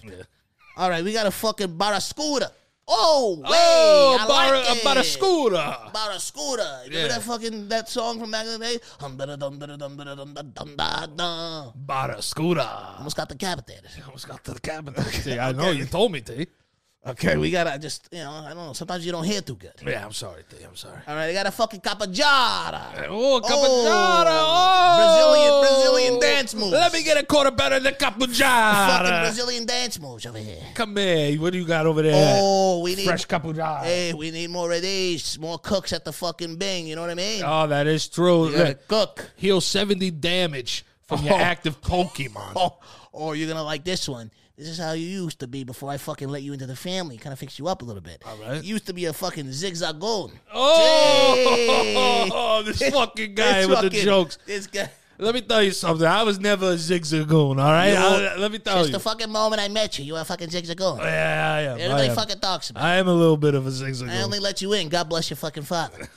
All right, we got a fucking barascuda. Oh, wait, I bar- like it. about a uh, scooter. Barascuda. Remember Yeah. that fucking that song from back in the day? Hum, da, da, dum, da, da, dum, da, da, dum, da, dum, da, da. About a scooter. Almost got decapitated. Almost got to the cabin. See, I know you told me, T. Okay, we gotta just you know I don't know. Sometimes you don't hear too good. Yeah, I'm sorry, T. I'm sorry. All right, I got a fucking capajara. Oh, capoeira! Oh, Oh, Brazilian- Brazilian dance moves. Let me get a quarter better than Fucking capoeira. Brazilian dance moves over here. Come here. What do you got over there? Oh, we need Fresh capoeira. Hey, we need more of these, more cooks at the fucking Bing. You know what I mean? Oh, that is true. you gotta Look, cook. Heal 70 damage from your active Pokemon. Oh, or you're gonna like this one. This is how you used to be before I fucking let you into the family. Kind of fix you up a little bit. All right. You used to be a fucking zigzagoon. Oh, this fucking guy This with the fucking- jokes. This guy. Let me tell you something. I was never a zigzagoon, all right? No. I- let me tell Since you. Oh, the fucking moment I met you, you were a fucking zigzagoon. yeah, I am. I Everybody am. fucking talks about. I am a little bit of a it. I zigzagoon. only let you in. God bless your fucking father.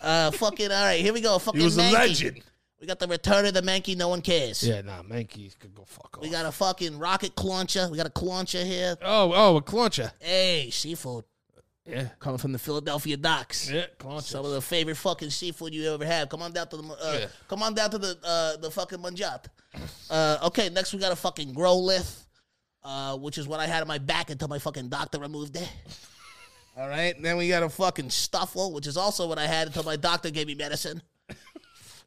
Uh, fucking all right. Here we go. Fucking He was a Mankey. legend. We got the return of the Mankey. No one cares. Yeah, nah, Mankey could go fuck off. We got a fucking rocket launcher. We got a launcher here. oh, oh, a cluncher. Hey, seafood Yeah. coming from the Philadelphia docks. Yeah, cluncher. Some of the favorite fucking seafood you ever have. Come on down to the uh, come on down to the uh, the fucking manjat. Uh, okay, next we got a fucking growlith, uh, which is what I had on my back until my fucking doctor removed it. All right, then we got a fucking stuffle, which is also what I had until my doctor gave me medicine.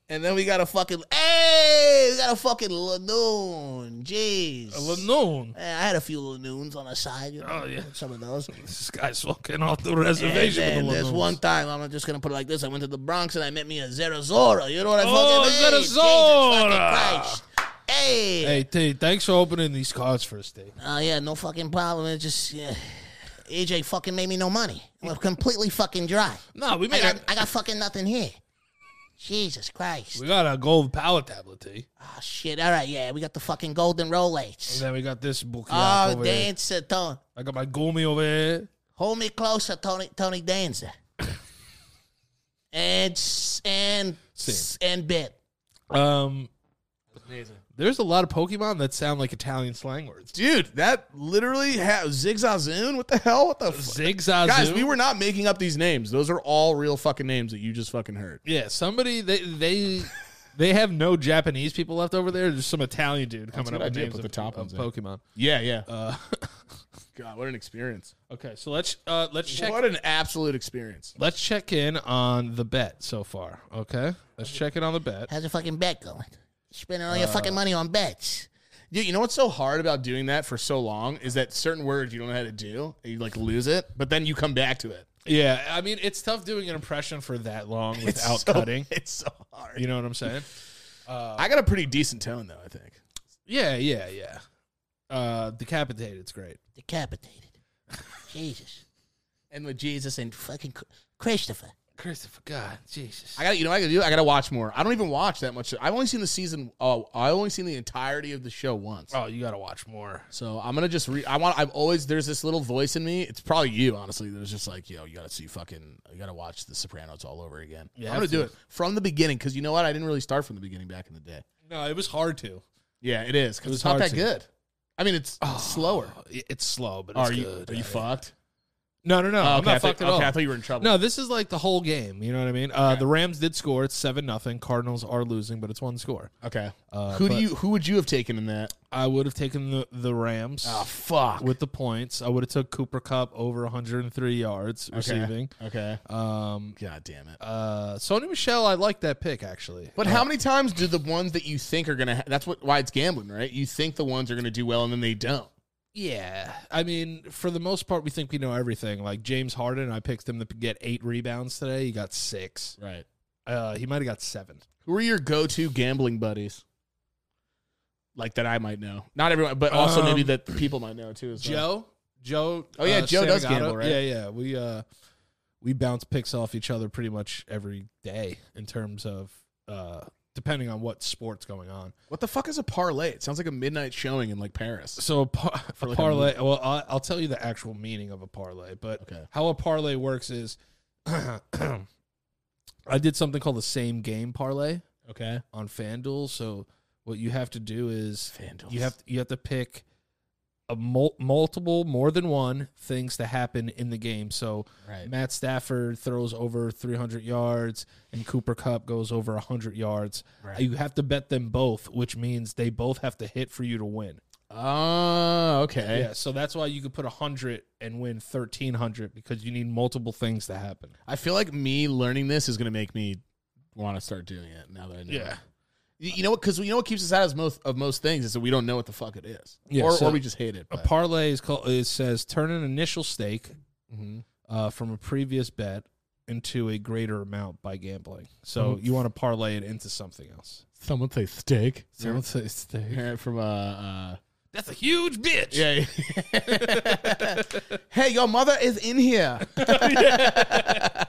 And then we got a fucking hey, we got a fucking lanoon. Jeez, A Lanoon. Eh, I had a few lanoons on the side. You know, Oh, yeah. some of those. This guy's fucking off the And reservation. then with the there's Lanoons. one time, I'm just gonna put it like this. I went to the Bronx and I met me a Zerazora. You know what I Oh, fucking mean? Jesus Zerazora. fucking Christ. Hey. Hey, T, thanks for opening these cards for us, T. Oh yeah, no fucking problem. It just yeah. AJ fucking made me no money. We're completely fucking dry. No, we I made got, a, I got fucking nothing here. Jesus Christ. we got a gold power tablet, T. Oh shit. All right, yeah, we got the fucking golden And Rolex. then we got this book. Oh, over here. Dancer, Tony. I got my Gumi over here. Hold me closer, Tony Tony Danza. and s- and s- and bit. Um, there's a lot of Pokemon that sound like Italian slang words. Dude, that literally ha- Zigzagoon. What the hell? What the fuck? Zigzag. Guys, we were not making up these names. Those are all real fucking names that you just fucking heard. Yeah, somebody they they they have no Japanese people left over there. There's some Italian dude coming a up good with idea, names put of, the top of ones in. Pokemon. Yeah, yeah. Uh, God, what an experience. okay, so let's uh, let's check What an absolute experience. let's check in on the bet so far. Okay, let's check in on the bet. How's your fucking bet going? Spending all your Uh, fucking money on bets. Yeah, you know what's so hard about doing that for so long is that certain words you don't know how to do, and you like lose it, but then you come back to it. Yeah, I mean it's tough doing an impression for that long It's without so- cutting. It's so hard. You know what I'm saying? I got a pretty decent tone though, I think. Yeah, yeah, yeah. Uh, decapitated. It's great. Decapitated. Jesus. And with Jesus and Fucking Cr- Christopher. Christopher, God, Jesus. I got to you know what I got to do I got to watch more. I don't even watch that much. I've only seen the season. Oh, I only seen the entirety of the show once. Oh, you gotta watch more. So I'm gonna just re. I want. I've always there's this little voice in me. It's probably you, honestly. That was just like, yo, you gotta see fucking. You gotta watch The Sopranos all over again. You I'm gonna have do to. it from the beginning because you know what? I didn't really start from the beginning back in the day. No, it was hard to. Yeah, it is It because was it's not hard that to. good. I mean, it's slower. It's slow, but it's Are you good. are you fucked? No, no, no. Oh, I'm okay, I not thought- fucked at okay, all. I thought you were in trouble. No, this is like the whole game. You know what I mean? Uh, The Rams did score. It's seven nothing. Cardinals are losing, but it's one score. Okay. Uh, who but do you? Who would you have taken in that? Ah, I would have taken the the Rams fuck. with the points. I would have took Cooper Cup over 103 yards receiving. Okay. Um, God damn it. uh, Sony Michelle, I like that pick actually. But how many times do the ones that you think are gonna? Ha- that's what why it's gambling, right? You think the ones are gonna do well and then they don't. Yeah, I mean, for the most part, we think we know everything. Like James Harden, I picked him to get eight rebounds today. He got six. Right. Uh, he might have got seven. Who are your go-to gambling buddies? Like that I might know. Not everyone, but also maybe Um, that people might know too as well. Joe, Joe. Oh, yeah, uh, Joe does Santagato. gamble, right? Yeah, yeah. We uh, we bounce picks off each other pretty much every day in terms of uh, depending on what sport's going on. What the fuck is a parlay? It sounds like a midnight showing in like Paris. So a, par- a like a parlay. well, I'll, I'll tell you the actual meaning of a parlay, but Okay. how a parlay works is, I did something called the same game parlay Okay. on FanDuel. So what you have to do is FanDuel. you have you have to pick a mul- multiple more than one things to happen in the game. So right. Matt Stafford throws over 300 yards and Cooper Cup goes over 100 yards. Right. You have to bet them both, which means they both have to hit for you to win. Oh, okay. Yeah, so that's why you could put 100 and win 1300 because you need multiple things to happen. I feel like me learning this is gonna make me want to start doing it now that I know. it. You you know what? Because you know what keeps us out of most of most things is that we don't know what the fuck it is, Yeah, or, so- or we just hate it. A but- parlay is called it says turn an initial stake uh, from a previous bet into a greater amount by gambling. So you want to parlay it into something else. Someone say steak. Someone say stake. Hear it from uh, uh That's a huge bitch. yeah. hey, your mother is in here. I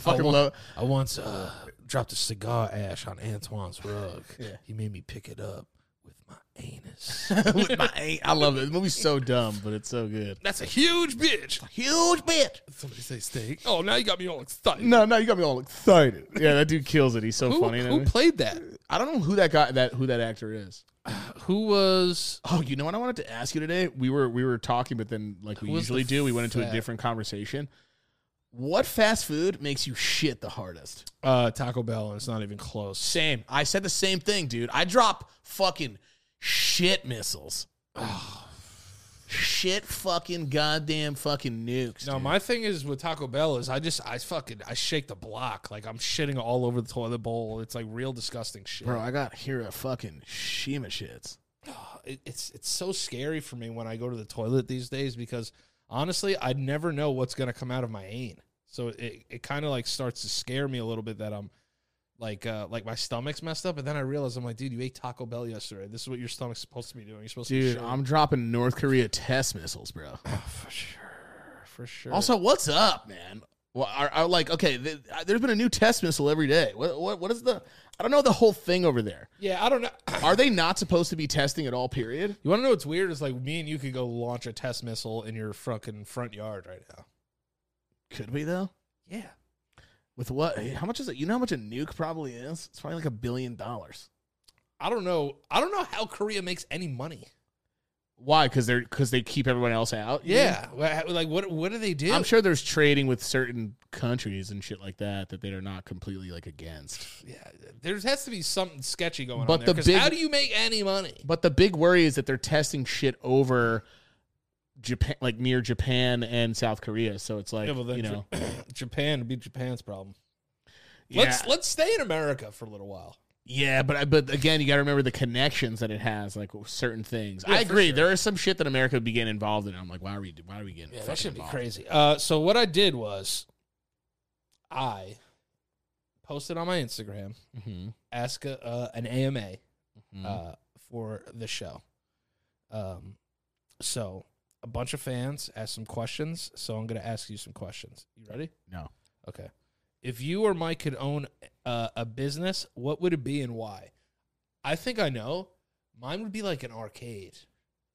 fucking love. I once uh, dropped a cigar ash on Antoine's rug. He made me pick it up with my anus. with my aunt. I love it. The movie's so dumb, but it's so good. That's a huge bitch. Huge bitch. Somebody say steak. Oh, now you got me all excited. No, no, you got me all excited. Yeah, that dude kills it. He's so who, funny. in that who movie. played that? I don't know who that guy that who that actor is. Who was? Oh, you know what I wanted to ask you today? We were we were talking, but then like we Who was the usually do, we went into a fat- different conversation. What fast food makes you shit the hardest? Uh, Taco Bell, and it's not even close. Same. I said the same thing, dude. I drop fucking shit missiles. shit fucking goddamn fucking nukes. No, dude. my thing is with Taco Bell is I just I fucking I shake the block like I'm shitting all over the toilet bowl. It's like real disgusting shit. Bro, I got here a fucking Shima shits. Uh, It- it's it's so scary for me when I go to the toilet these days because honestly I never know what's gonna come out of my ain. So it it kind of like starts to scare me a little bit that I'm like uh like my stomach's messed up, and then I realize I'm like, dude, you ate Taco Bell yesterday. This is what your stomach's supposed to be doing. You're supposed Dude, to be shitting. I'm dropping North Korea test missiles, bro. for sure, for sure. Also, what's up, man? Well, are, are like okay? Th- there's been a new test missile every day. What, what what is the? I don't know the whole thing over there. yeah, I don't know. Are they not supposed to be testing at all? Period. You want to know what's weird? Is like me and you could go launch a test missile in your fucking front yard right now. Could we though? Yeah. With what? eh, How much is it? You know how much a nuke probably is? It's probably like a billion dollars. I don't know. I don't know how Korea makes any money. Why? Because they're because they keep everyone else out. you mean? Yeah. Wha- Like what? What do they do? I'm sure there's trading with certain countries and shit like that that they are not completely like against. Yeah. There has to be something sketchy going on But the there. 'cause big- how do you make any money? But the big worry is that they're testing shit over Japan, like near Japan and South Korea. So it's like Yeah, well, then you Ja- know. Japan would be Japan's problem. Let's Yeah. let's stay in America for a little while. Yeah, but but again, you got to remember the connections that it has, like with certain things. I for agree. sure. There is some shit that America would be getting involved in. I'm like, why are we? Why are we getting? Yeah, fucking that should be involved? crazy. Uh, so what I did was, I posted on my Instagram Mhm. ask a, uh, an AMA Mhm. uh, for the show. Um, so a bunch of fans asked some questions. So I'm going to ask you some questions. You ready? No. Okay. If you or Mike could own uh, a business, what would it be and why? I think I know. Mine would be like an arcade.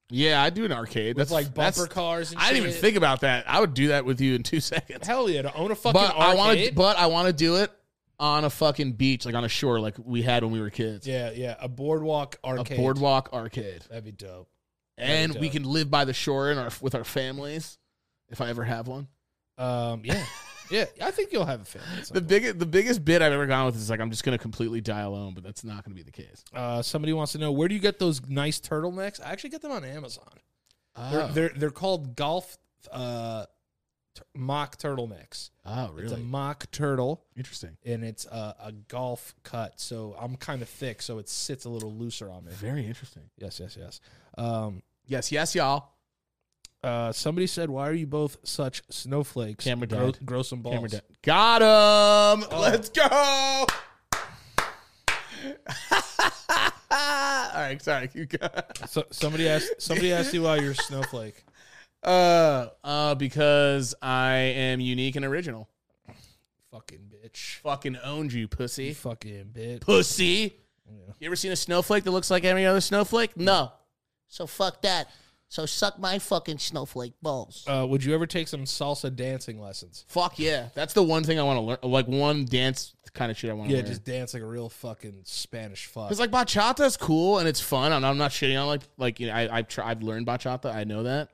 Yeah, I do an arcade. With That's like bumper That's, cars and I didn't even shit. think about that. I would do that with you in two seconds. Hell yeah, to own a fucking But I arcade. want to. But I want to do it on a fucking beach, like on a shore, like we had when we were kids. yeah, yeah, a boardwalk a arcade. boardwalk arcade, That'd be dope. and we dope. can live by the shore and our with our families. If I ever have one, Um, yeah, yeah. I think you'll have a family. at some the biggest the biggest bit I've ever gone with is like I'm just gonna completely die alone, but that's not gonna be the case. Uh, somebody wants to know where do you get those nice turtlenecks? I actually get them on Amazon. They're Oh, they're, they're called golf uh, tur- mock turtlenecks. oh It's a really? mock turtle Interesting. and it's a, a golf cut. So I'm kind of thick, so it sits a little looser on me. Very interesting. Yes, yes, yes. Um, Yes, yes, y'all. uh, somebody said, "Why are you both such snowflakes? Camera grow, died. grow some balls." Camera down. Got him. Let's go. All right, sorry. You got. So, somebody asked. Somebody asked you why you're a snowflake. Uh, uh, because I am unique and original. Fucking bitch. Fucking owned you, You pussy. fucking bitch. Pussy. Yeah. You ever seen a snowflake that looks like any other snowflake? No. So fuck that. So suck my fucking snowflake balls. Uh, would you ever take some salsa dancing lessons? Fuck yeah. That's the one thing I want to learn. Like one dance kind of shit I want to Yeah, learn. just dance like a real fucking Spanish fuck. Because like bachata is cool and it's fun, and I'm not shitting on like like you know, I I've, try, I've learned bachata, I know that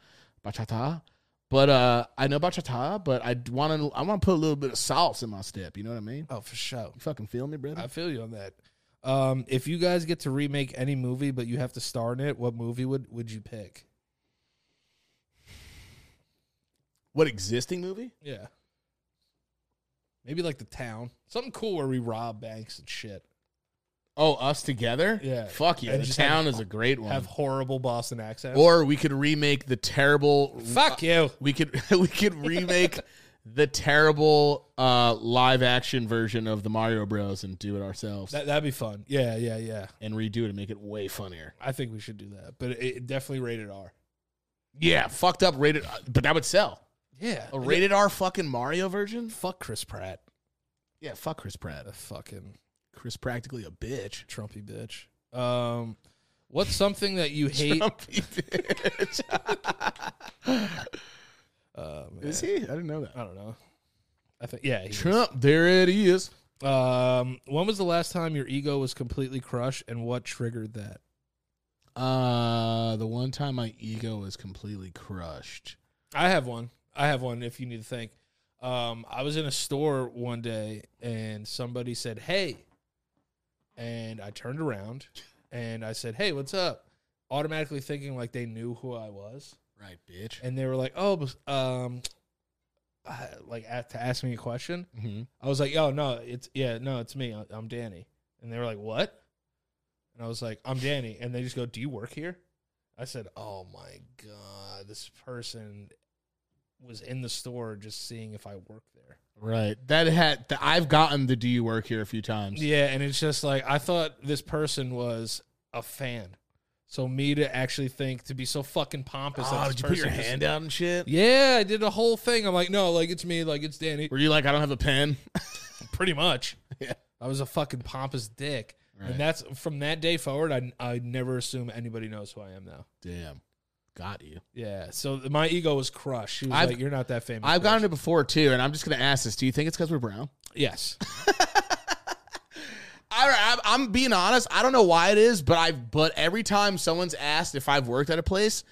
bachata, but uh I know bachata, but I want to I want to put a little bit of salsa in my step. You know what I mean? oh, for sure. You fucking feel me, brother? I feel you on that. Um, if you guys get to remake any movie, but you have to star in it, what movie would would you pick? what existing movie? Yeah, maybe like The Town, something cool where we rob banks and shit. Oh, us together? Yeah. Fuck yeah, And the just town have- is a great one. Have horrible Boston accents. or we could remake the terrible. fuck you. We could we could remake the terrible uh live action version of the Mario Bros and do it ourselves That that'd be fun. Yeah, yeah, yeah. and redo it and make it way funnier. I think we should do that, but it, it definitely rated R. Yeah, fucked up rated, uh, but that would sell. Yeah, A rated R fucking Mario version? Fuck Chris Pratt, Yeah, fuck Chris Pratt. a fucking Chris practically a bitch. Trumpy bitch. Um, what's something that you hate? Trumpy bitch. Uh, man, Is he? I didn't know that. I don't know. I think yeah. he is. Trump, there it is. Um, when was the last time your ego was completely crushed, and what triggered that? Uh, the one time my ego was completely crushed. I have one. I have one. If you need to think, um, I was in a store one day, and somebody said, "Hey," and I turned around, and I said, "Hey, what's up?" Automatically thinking like they knew who I was, Right, bitch. and they were like, "Oh, but, um." I- Like a- to ask me a question, Mm-hmm. I was like, "Oh no, it's yeah, no, it's me. I- I'm Danny." And they were like, "What?" And I was like, "I'm Danny." And they just go, "Do you work here?" I said, "Oh my god, this person was in the store just seeing if I work there." Right. That had, th- I've gotten the do you work here a few times. Yeah, and it's just like I thought this person was a fan. So me to actually think to be so fucking pompous. that Oh, this did you put your person just- hand out and shit? Yeah, I did a whole thing. I'm like, no, like it's me, like it's Danny. Were you like, I don't have a pen? pretty much. Yeah. I was a fucking pompous dick. Right. And that's from that day forward, I I never assume anybody knows who I am now. Damn. Got you. Yeah. So th- my ego was crushed. She was I've- like, You're not that famous. I've bitch." gotten it before too, and I'm just going to ask this. Do you think it's because we're brown? Yes. I, I'm, I'm being honest. I don't know why it is, but I've but every time someone's asked if I've worked at a place,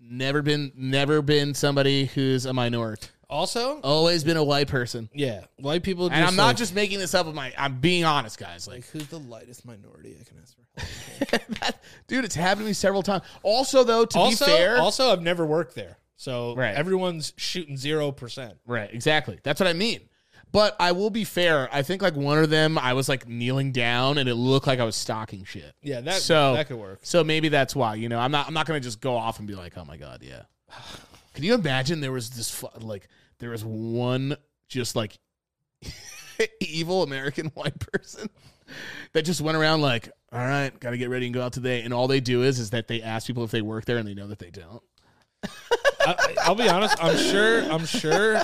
never been never been somebody who's a minority. Also, Always been a white person, yeah. White people and I'm not like- just making this up. With my, I'm being honest, guys. Like, like who's the lightest minority I can ask for help. that, dude, it's happened to me several times. Also, though, to also, be fair, also I've never worked there. So Right. everyone's shooting zero percent. Right, exactly. That's what I mean. But I will be fair. I think like one of them, I was like kneeling down, and it looked like I was stalking shit. Yeah, that So- that could work. So maybe that's why. You know, I'm not. I'm not gonna just go off and be like, oh my god, yeah. Can you imagine there was this fu- like there was one just like evil American white person that just went around like, all right, got to get ready and go out today. And all they do is is that they ask people if they work there and they know that they don't. I, I'll be honest. I'm sure. I'm sure.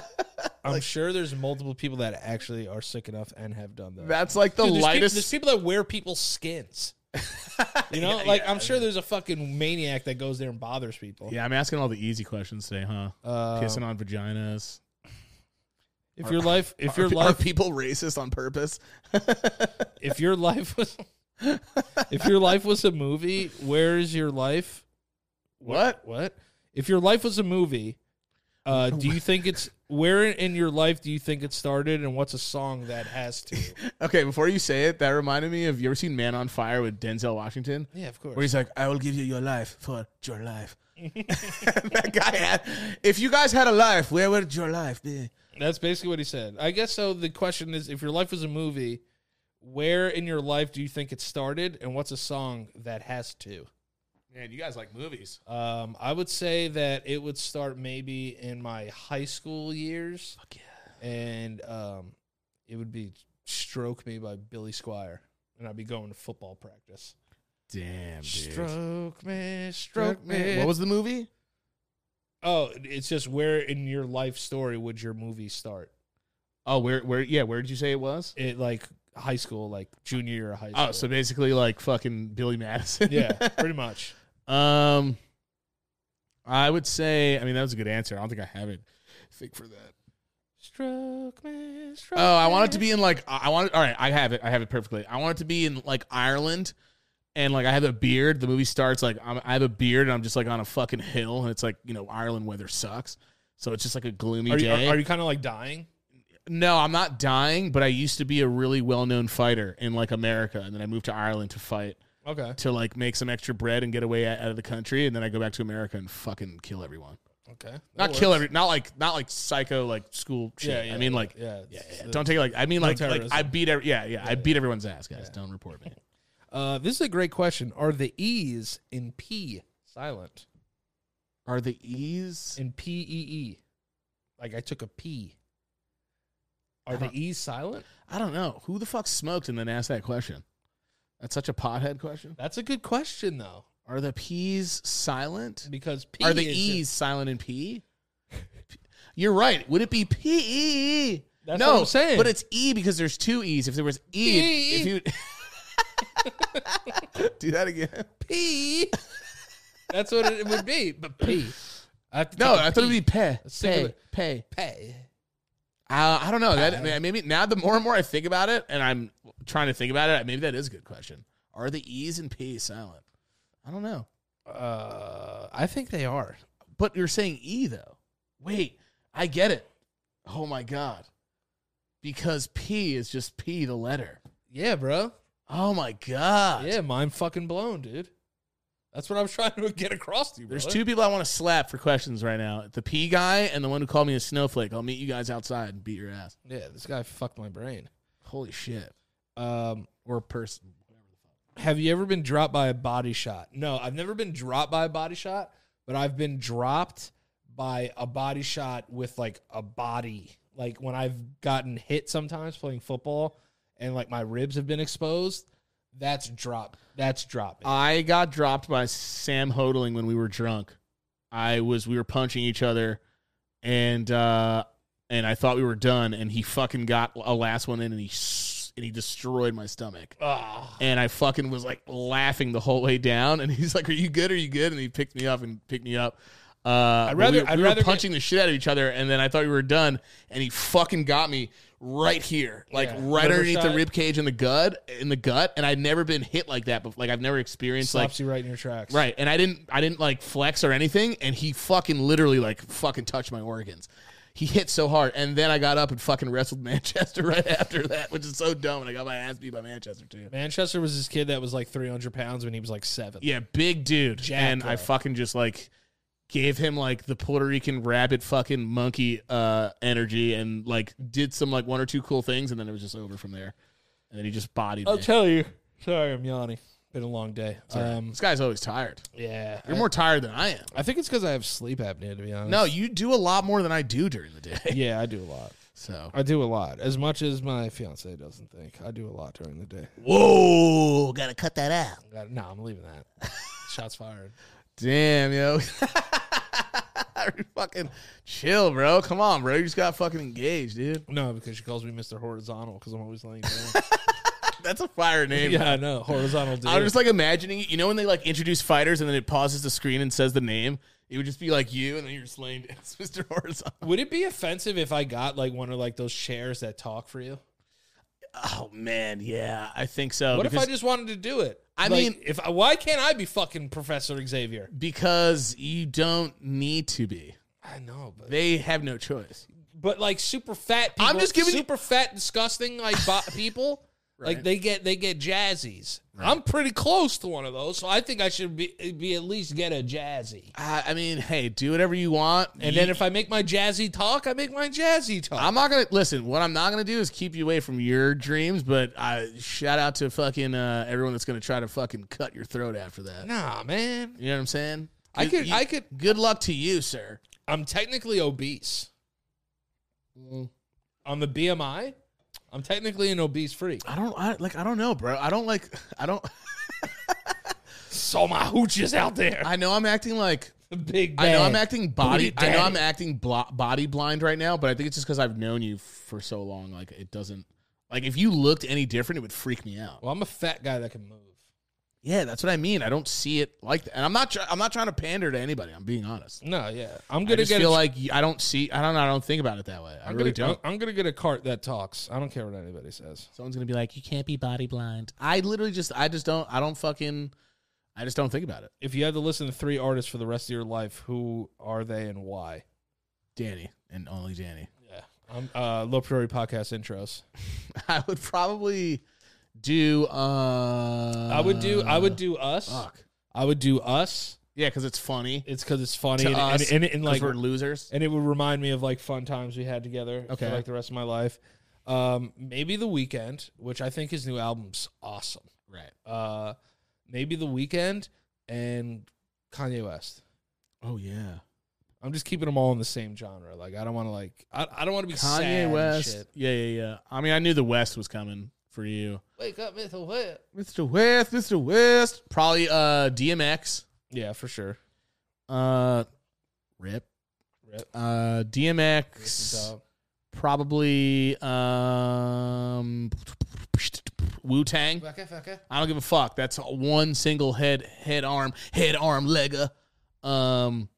I'm sure there's multiple people that actually are sick enough and have done that. That's like the Dude, there's, people, there's lightest. people that wear people's skins. You know, like I'm sure there's a fucking maniac that goes there and bothers people. yeah, I'm asking all the easy questions today, huh? Uh, Kissing on vaginas. if your life, if your are, life, are people racist on purpose? if your life was, if your life was a movie, where is your life? What? What? If your life was a movie, uh, do you think it's where in your life do you think it started, and what's a song that has to? Okay, before you say it, that reminded me of you ever seen Man on Fire with Denzel Washington? Yeah, of Where course. he's like, I will give you your life for your life. that guy had, if you guys had a life, where would your life be? That's basically what he said. I guess so. The question is, if your life was a movie, where in your life do you think it started, and what's a song that has to? Man, you guys like movies. Um, I would say that it would start maybe in my high school years. Fuck yeah. And um, it would be "Stroke Me" by Billy Squire, and I'd be going to football practice. Damn, dude. Stroke me, stroke me. What was the movie? Oh, it's just where in your life story would your movie start? Oh, where, where, yeah, where did you say it was? It like high school, like junior year of high school. Oh, so basically like fucking Billy Madison. yeah, pretty much. um, I would say, I mean, that was a good answer. I don't think I have it. Think for that. Stroke me, stroke. Oh, I want it to be in like I I want. It, all right, I have it. I have it perfectly. I want it to be in like Ireland, and like I have a beard. The movie starts like I'm, I have a beard, and I'm just like on a fucking hill, and it's like you know Ireland weather sucks. So it's just like a gloomy Are you, day. are, are you kind of like dying? no, I'm not dying, but I used to be a really well known fighter in like America, and then I moved to Ireland to fight Okay. to like make some extra bread and get away out out of the country, and then I go back to America and fucking kill everyone. Okay. Not That kill works. every, not like not like psycho like school shit. Yeah, yeah, I mean yeah, like yeah, yeah, it's- yeah. don't take it like I mean like like terrorism. I beat every yeah yeah, I beat everyone's ass guys. Don't report me. Uh, this is a great question. Are the E's in P silent? Are the E's? In P E E. Like I took a P. Are the don't- E's silent? I don't know who the fuck smoked and then asked that question. That's such a pothead question. That's a good question though. Are the P's silent? Because P Are the is E's silent in P? You're right. Would it be P E? That's no, what I'm saying. But it's E because there's two E's. If there was E, if you do that again. P That's what it would be. But P. I have to No, take a I thought it'd P. be pay. sick of Pay. it. Pay. P. Uh, I don't know. That I mean, maybe now the more and more I think about it, and I'm trying to think about it, maybe that is a good question. Are the E's and P silent? I don't know. Uh I think they are. But you're saying E though. Wait, I get it. Oh my god. Because P is just P the letter. Yeah, bro. Oh my god. Yeah, mind fucking blown, dude. That's what I'm trying to get across to you, There's brother. two people I want to slap for questions right now. The P guy and the one who called me a snowflake. I'll meet you guys outside and beat your ass. Yeah, this guy fucked my brain. Holy shit. Um, Or person. have you ever been dropped by a body shot? No, I've never been dropped by a body shot, but I've been dropped by a body shot with like a body. Like when I've gotten hit sometimes playing football and like my ribs have been exposed, that's drop. That's dropping. I got dropped by Sam Hodling when we were drunk. I was we were punching each other, and uh, and I thought we were done, and he fucking got a last one in, and he s- and he destroyed my stomach, Ah. and I fucking was like laughing the whole way down, and he's like, "Are you good? Are you good?" And he picked me up and picked me up. Uh, I'd rather- we, were- I'd we rather were get- punching the shit out of each other, and then I thought we were done, and he fucking got me right here, like Yeah. right Liver underneath the shot. rib cage in the gut, in the gut, and I'd never been hit like that, before. like I've never experienced like Slaps you right in your tracks. Right, and I didn't, I didn't like flex or anything, and he fucking literally like fucking touched my organs. He hit so hard, and then I got up and fucking wrestled Manchester right after that, which is so dumb. And I got my ass beat by Manchester too. Manchester was this kid that was like 300 pounds when he was like seven. Yeah, big dude, Jack, and I though. fucking just like gave him like the Puerto Rican rabbit fucking monkey uh energy, and like did some like one or two cool things, and then it was just over from there. And then he just bodied I'll me. tell you. Sorry, I'm yawning. Been a long day. Um, this guy's always tired. yeah. You're more tired than I am. I think it's because I have sleep apnea, to be honest. No, you do a lot more than I do during the day. Yeah, I do a lot. So I do a lot, as much as my fiance doesn't think. I do a lot during the day. Whoa, gotta cut that out. Uh, No, I'm leaving that. Shots fired. damn, yo. fucking chill, bro. Come on, bro. You just got fucking engaged, dude. No, because she calls me Mr. Horizontal because I'm always laying down. That's a fire name. yeah, I know. Horizontal dude. I'm just like imagining it. You know when they like introduce fighters and then it pauses the screen and says the name? It would just be like you and then you're slain as Mr. Horizontal. Would it be offensive if I got like one of like those chairs that talk for you? Oh man, yeah. I think so. What if because, I just wanted to do it? I Like, mean- if I, why can't I be fucking Professor Xavier? because you don't need to be. I know, but They have no choice. but like super fat people, I'm just giving you- super fat, disgusting like bo- people. Like they get they get jazzies. I'm pretty close to one of those, so I think I should be, be at least get a jazzy. I, I mean, hey, do whatever you want. And then if I make my jazzy talk, I make my jazzy talk. I'm not gonna listen. What I'm not gonna do is keep you away from your dreams. But I shout out to fucking uh, everyone that's gonna try to fucking cut your throat after that. nah, man. You know what I'm saying? I Good- could- you- I could- Good luck to you, sir. I'm technically obese. Mm. On the BMI, I'm technically an obese freak. I don't I, like. I don't know, bro. I don't like. I don't. So my hooch is out there. I know I'm acting like. Big I know bag. I'm acting body. Booty I know daddy. I'm acting blo- body blind right now, but I think it's just because I've known you for so long. Like it doesn't. Like if you looked any different, it would freak me out. Well, I'm a fat guy that can move. Yeah, that's what I mean. I don't see it like that, and I'm not. Try- I'm not trying to pander to anybody. I'm being honest. No, yeah. I'm I gonna just get feel a, like y- I don't see. I don't. know. I don't think about it that way. I I'm really gonna, oh. don't. I'm gonna get a cart that talks. I don't care what anybody says. Someone's gonna be like, "You can't be body blind." I literally just. I just don't. I don't fucking. I just don't think about it, If you had to listen to three artists for the rest of your life, who are they and why? Danny, and only Danny. Yeah. I'm uh low priority podcast intros. I would probably do. uh I would do I would do us. Fuck. I would do us. Yeah, because it's funny. It's cause it's funny To and, and- us, and- and, 'cause like we're losers. and it would remind me of like fun times we had together Okay. for like the rest of my life. Um maybe the weekend, which I think his new album's awesome. right. uh, maybe The Weekend and Kanye West. Oh yeah. I'm just keeping them all in the same genre. Like I don't want to like I, I don't want to be sad Kanye and West. shit. Yeah, yeah, yeah. I mean, I knew the West was coming for you. Wake up, Mr. West. Mr. West, Mr. West. Probably uh DMX. Yeah, for sure. Uh Rip. Rip. Uh DMX. Probably um Wu Tang. I don't give a fuck. That's one single head head arm, head arm lega. Um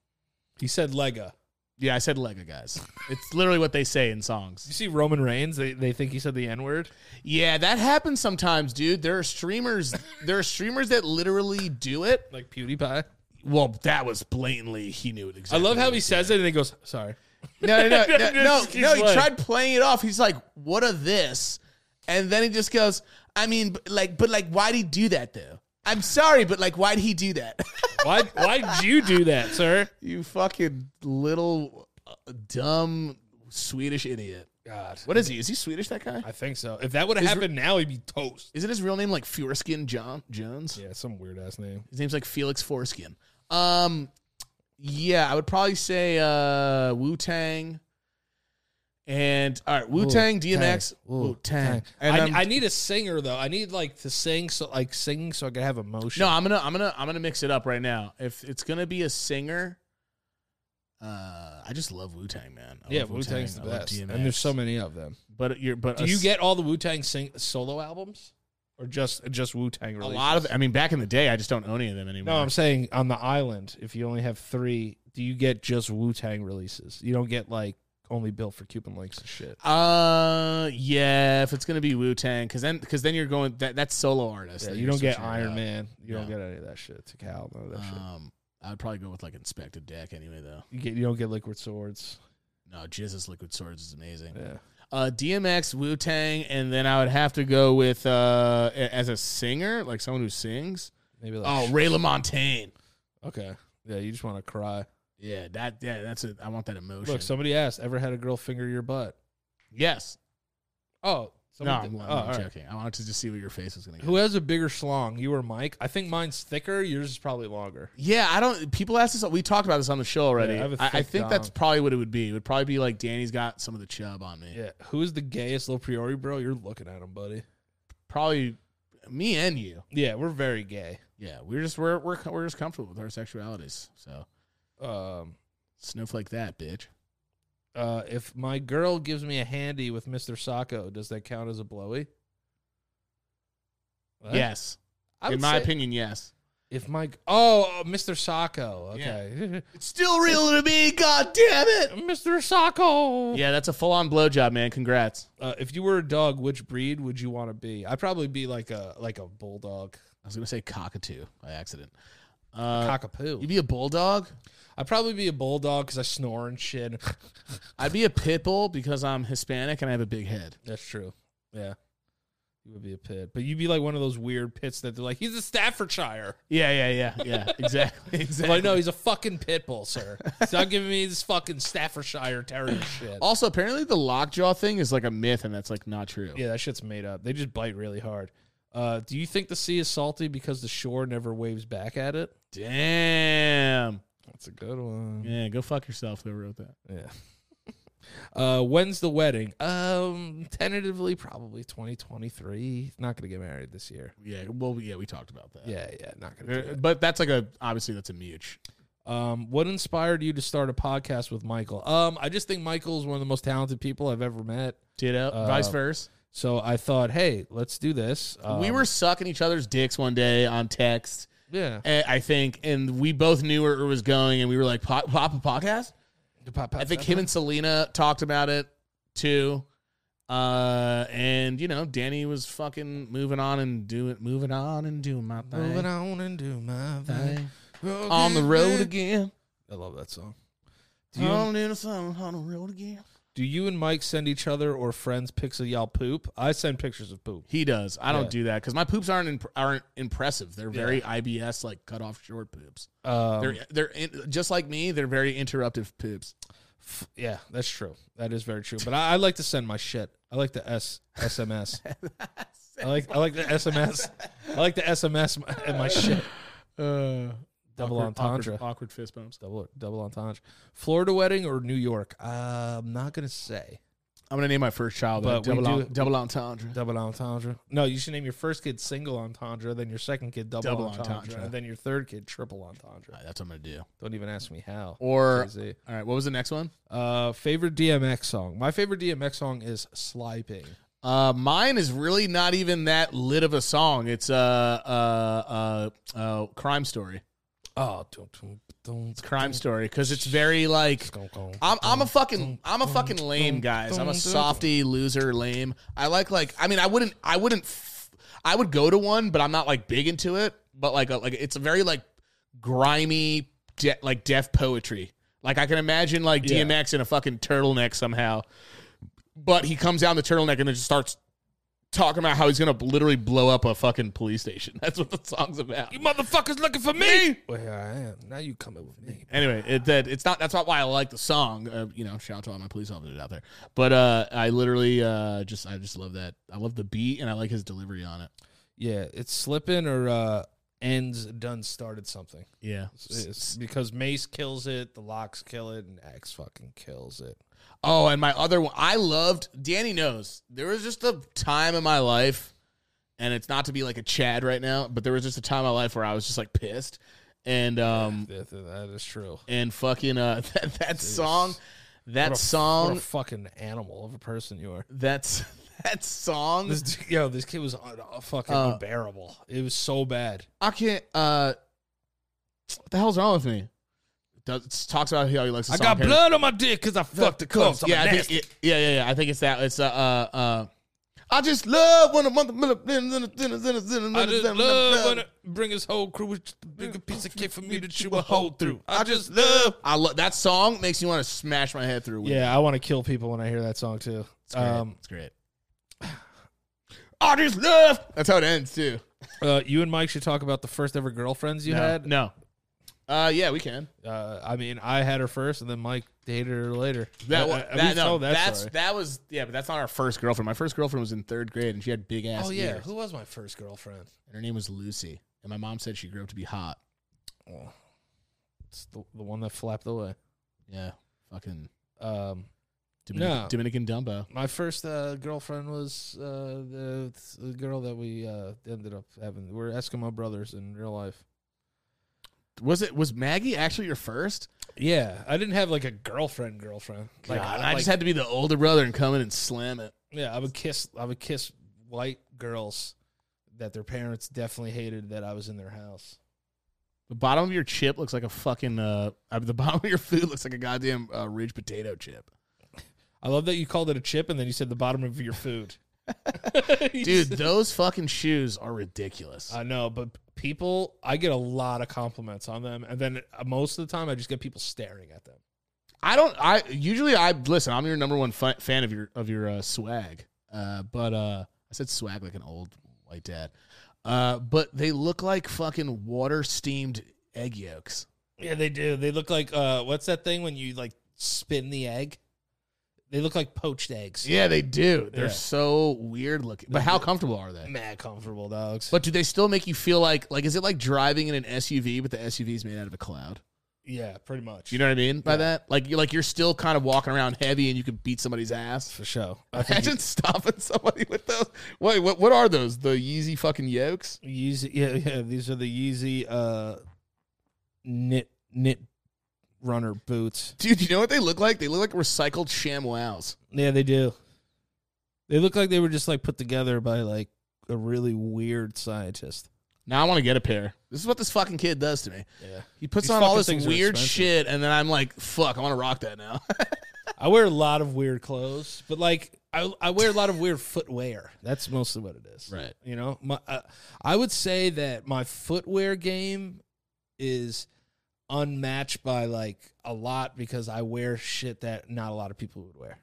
He said Lega. yeah, I said lega, guys. It's literally what they say in songs. You see Roman Reigns? They they think he said the N word. Yeah, that happens sometimes, dude. There are streamers. there are streamers that literally do it. Like PewDiePie. Well, that was blatantly. He knew it I exactly. love how he says it and he goes, "Sorry." No, no, no, no, no. Just keeps no he playing. tried playing it off. He's like, "What a this," and then he just goes, "I mean, but like, but like, why'd he do that though? I'm sorry, but like, why'd he do that? Why why'd you do that, sir? you fucking little uh, dumb Swedish idiot. God, What is he? Is he Swedish? That guy? I think so. If that would have happened now, he'd be toast. Isn't his real name like Fiorskin John Jones? Yeah, some weird ass name. His name's like Felix Foreskin. Um, yeah, I would probably say uh, Wu Tang. And all right, Wu Tang, DMX, Wu Tang. And um, I, I'm- I need a singer though. I need like to sing so like sing so I can have emotion. no, I'm gonna, I'm gonna, I'm gonna mix it up right now. If it's gonna be a singer, uh, I just love Wu Tang, man. I yeah, love Wu Tang's the I love best, and DMX. there's so many of them. But you're, but Do a you s- get all the Wu Tang sing- solo albums, or just just Wu Tang? a lot of? I mean, back in the day, I just don't own any of them anymore. No, I'm saying on the island, if you only have three, do you get just Wu Tang releases? You don't get like only built for Cuban links and shit. Uh, yeah, if it's gonna be Wu Tang, because then, because then you're going that that's solo artist. Yeah, that you you're don't get switching it Iron up. Man. You don't No. get any of that shit. To Cal, none of that shit. Um, I would probably go with like Inspected Deck anyway, though. You get you don't get Liquid Swords. No, Jizz's Liquid Swords is amazing. Yeah. Uh, DMX, Wu Tang, and then I would have to go with uh a- as a singer, like someone who sings. Maybe Oh, like Ray LaMontagne. okay. Yeah, you just want to cry. Yeah, that yeah, that's Oh, it. I want that emotion. Look, somebody asked, ever had a girl finger your butt? yes, Oh, No, Someone I'm, thi- I'm oh, all right. joking. I wanted to just see what your face was gonna get. Who has a bigger schlong, you or Mike? I think mine's thicker. Yours is probably longer. Yeah, I don't. People ask this. We talked about this on the show already. Yeah, I have a I, I thick think that's dong. probably what it would be. It would probably be like Danny's got some of the chub on me. Yeah. Who is the gayest little Priori, bro? You're looking at him, buddy. Probably me and you. Yeah, we're very gay. Yeah, we're just we're we're we're just comfortable with our sexualities. So Um, snowflake that bitch. uh, if my girl gives me a handy with Mr. Sacco, does that count as a blowy? What? Yes, I would in my say opinion, yes. If my oh, oh, Mr. Sacco, okay, It's still real to me. God damn it. Mr. Sacco. Yeah, that's a full on blowjob, man. Congrats. Uh, if you were a dog, which breed would you want to be? I'd probably be like a like a bulldog, I was gonna say cockatoo by accident. Uh, cockapoo. you'd be a bulldog. I'd probably be a bulldog because I snore and shit. I'd be a pit bull because I'm Hispanic and I have a big head. That's true. Yeah. You would be a pit. But you'd be like one of those weird pits that they're like, he's a Staffordshire. Yeah, yeah, yeah, yeah. Exactly. I'm exactly. like, no, he's a fucking pit bull, sir. Stop giving me this fucking Staffordshire terrier shit. Also, apparently the lockjaw thing is like a myth, and that's like not true. Yeah, that shit's made up. They just bite really hard. Uh, do you think the sea is salty because the shore never waves back at it? Damn. That's a good one. Yeah, go fuck yourself. Whoever wrote that. Yeah. Uh, when's the wedding? Um, tentatively, probably 2023. Not gonna get married this year. Yeah. Well, yeah, we talked about that. Yeah, yeah, not gonna. do Uh, that. But that's like a obviously that's a much. Um, what inspired you to start a podcast with Michael? Um, I just think Michael is one of the most talented people I've ever met. Ditto. Uh, Vice versa. So I thought, hey, let's do this. Um, we were sucking each other's dicks one day on text. yeah. eh, I think, and we both knew where it was going, and we were like, "Pop, pop a podcast." I think him and Selena talked about it too. Uh, and you know, Danny was fucking moving on and doing, moving on and doing my thing. moving on and do my thing. Thing. On the road again. I love that song. Do you, On in the sun, on the road again. do you and Mike send each other or friends pics of y'all poop? I send pictures of poop. He does. I don't Yeah. do that because my poops aren't imp- aren't impressive. They're very IBS, like cut off short poops. Um, they're they're in, just like me. They're very interruptive poops. f- yeah, that's true. That is very true. But I, I like to send my shit. I like the S SMS. I like I like the SMS. I like the SMS my- and my shit. Uh, Double entendre. awkward, awkward fist bumps. Double double entendre. Florida wedding or New York? Uh, I'm not gonna say I'm gonna name my first child But that. we double, en- do- double entendre. double entendre. No, you should name your first kid single entendre, then your second kid double, Double entendre, entendre. and then your third kid triple entendre. All right, that's what I'm gonna do. Don't even ask me how. Or Crazy. all right, what was the next one? Uh, favorite DMX song. My favorite DMX song is "Sliping." Uh, mine is really not even that lit of a song. It's a uh, uh, uh, uh, crime story. Oh, don't don't don't Ah, Crime story because it's very like don't, don't. I'm, I'm a fucking I'm a fucking lame guys. I'm a softy loser lame. I like like I mean I wouldn't I wouldn't f- I would go to one, but I'm not like big into it. But like a, like it's a very like grimy de- like deaf poetry. Like I can imagine like Yeah. DMX in a fucking turtleneck somehow, but he comes down the turtleneck and then just starts talking about how he's gonna literally blow up a fucking police station. That's what the song's about. You motherfuckers looking for me? Well, here I am. Now you coming with me? anyway, it, that it's not. That's not why I like the song. Uh, you know, shout out to all my police officers out there. But uh, I literally uh, just, I just love that. I love the beat and I like his delivery on it. Yeah, it's slipping or uh, ends done started something. Yeah. It's because Mace kills it, the locks kill it, and X fucking kills it. Oh, and my other one, I loved. Danny knows there was just a time in my life, and it's not to be like a Chad right now, but there was just a time in my life where I was just like pissed, and um, That- that- that is true. and fucking uh, that that song, that What a- What song, a fucking animal of a person you are. that's that song. This, d- yo, this kid was un- uh, fucking Uh, unbearable. It was so bad. I can't. Uh, what the hell's wrong with me? Does, it talks about how he likes. The I song got Harry- blood on my dick because I fucked the cops. Yeah, I think, it- yeah, yeah, yeah. I think it's that. It's uh, uh, uh I just love when a mother. I I just love when I bring his whole crew with just a bigger piece of cake for me to chew a hole through. I just love. I love that song. Makes me want to smash my head through. a window. Yeah, I want to kill people when I hear that song too. it's great. Um, it's great. I just love. That's how it ends too. uh, you and Mike should talk about the first ever girlfriends you no, had. no. Uh, yeah, we can. Uh, I mean, I had her first, and then Mike dated her later. That, I- wa- I- at that, least no, tell uh, that that's story. that was yeah, but that's not our first girlfriend. My first girlfriend was in third grade, and she had big ass. Oh yeah, ears. who was my first girlfriend? and her name was Lucy. And my mom said she grew up to be hot. It's the, the one that flapped away. Yeah, fucking Um, Dominican, No. Dominican Dumbo. my first uh, girlfriend was uh, the, the girl that we uh, ended up having. We're Eskimo brothers in real life. Was it was Maggie actually your first? Yeah, I didn't have like a girlfriend, girlfriend. Like, God, I, I just had to be the older brother and come in and slam it. Yeah, I would kiss. I would kiss white girls that their parents definitely hated that I was in their house. The bottom of your chip looks like a fucking. Uh, I mean, the bottom of your food looks like a goddamn uh, ridge potato chip, I love that you called it a chip, and then you said the bottom of your food. dude. those fucking shoes are ridiculous. I know, but people, I get a lot of compliments on them, and then uh, most of the time, I just get people staring at them. I don't. I usually I listen. I'm your number one fa- fan of your of your uh, swag. Uh, but uh, I said swag like an old white dad. Uh, but they look like fucking water steamed egg yolks. Yeah, they do. They look like uh, what's that thing when you like spin the egg? They look like poached eggs. Yeah, they do. They're Yeah. so weird looking. But how comfortable are they? mad comfortable dogs. But do they still make you feel like like is it like driving in an SUV but the SUV is made out of a cloud? yeah, pretty much. Do you know what I mean by that? Like you are like you're still kind of walking around heavy and you can beat somebody's ass. for sure. I think Imagine stopping somebody with those. Wait, what? What are those? The Yeezy fucking yokes? Yeezy, yeah, yeah. These are the Yeezy uh, knit knit runner boots. Dude, you know what they look like? They look like recycled ShamWows. Yeah, they do. They look like they were just like put together by like a really weird scientist. Now I want to get a pair. This is what this fucking kid does to me. Yeah, He puts These on all fucking this things are weird expensive. shit, and then I'm like, fuck, I want to rock that now. I wear a lot of weird clothes, but like I I wear a lot of weird footwear. That's mostly what it is. Right. You know, my uh, I would say that my footwear game is unmatched by like a lot because I wear shit that not a lot of people would wear.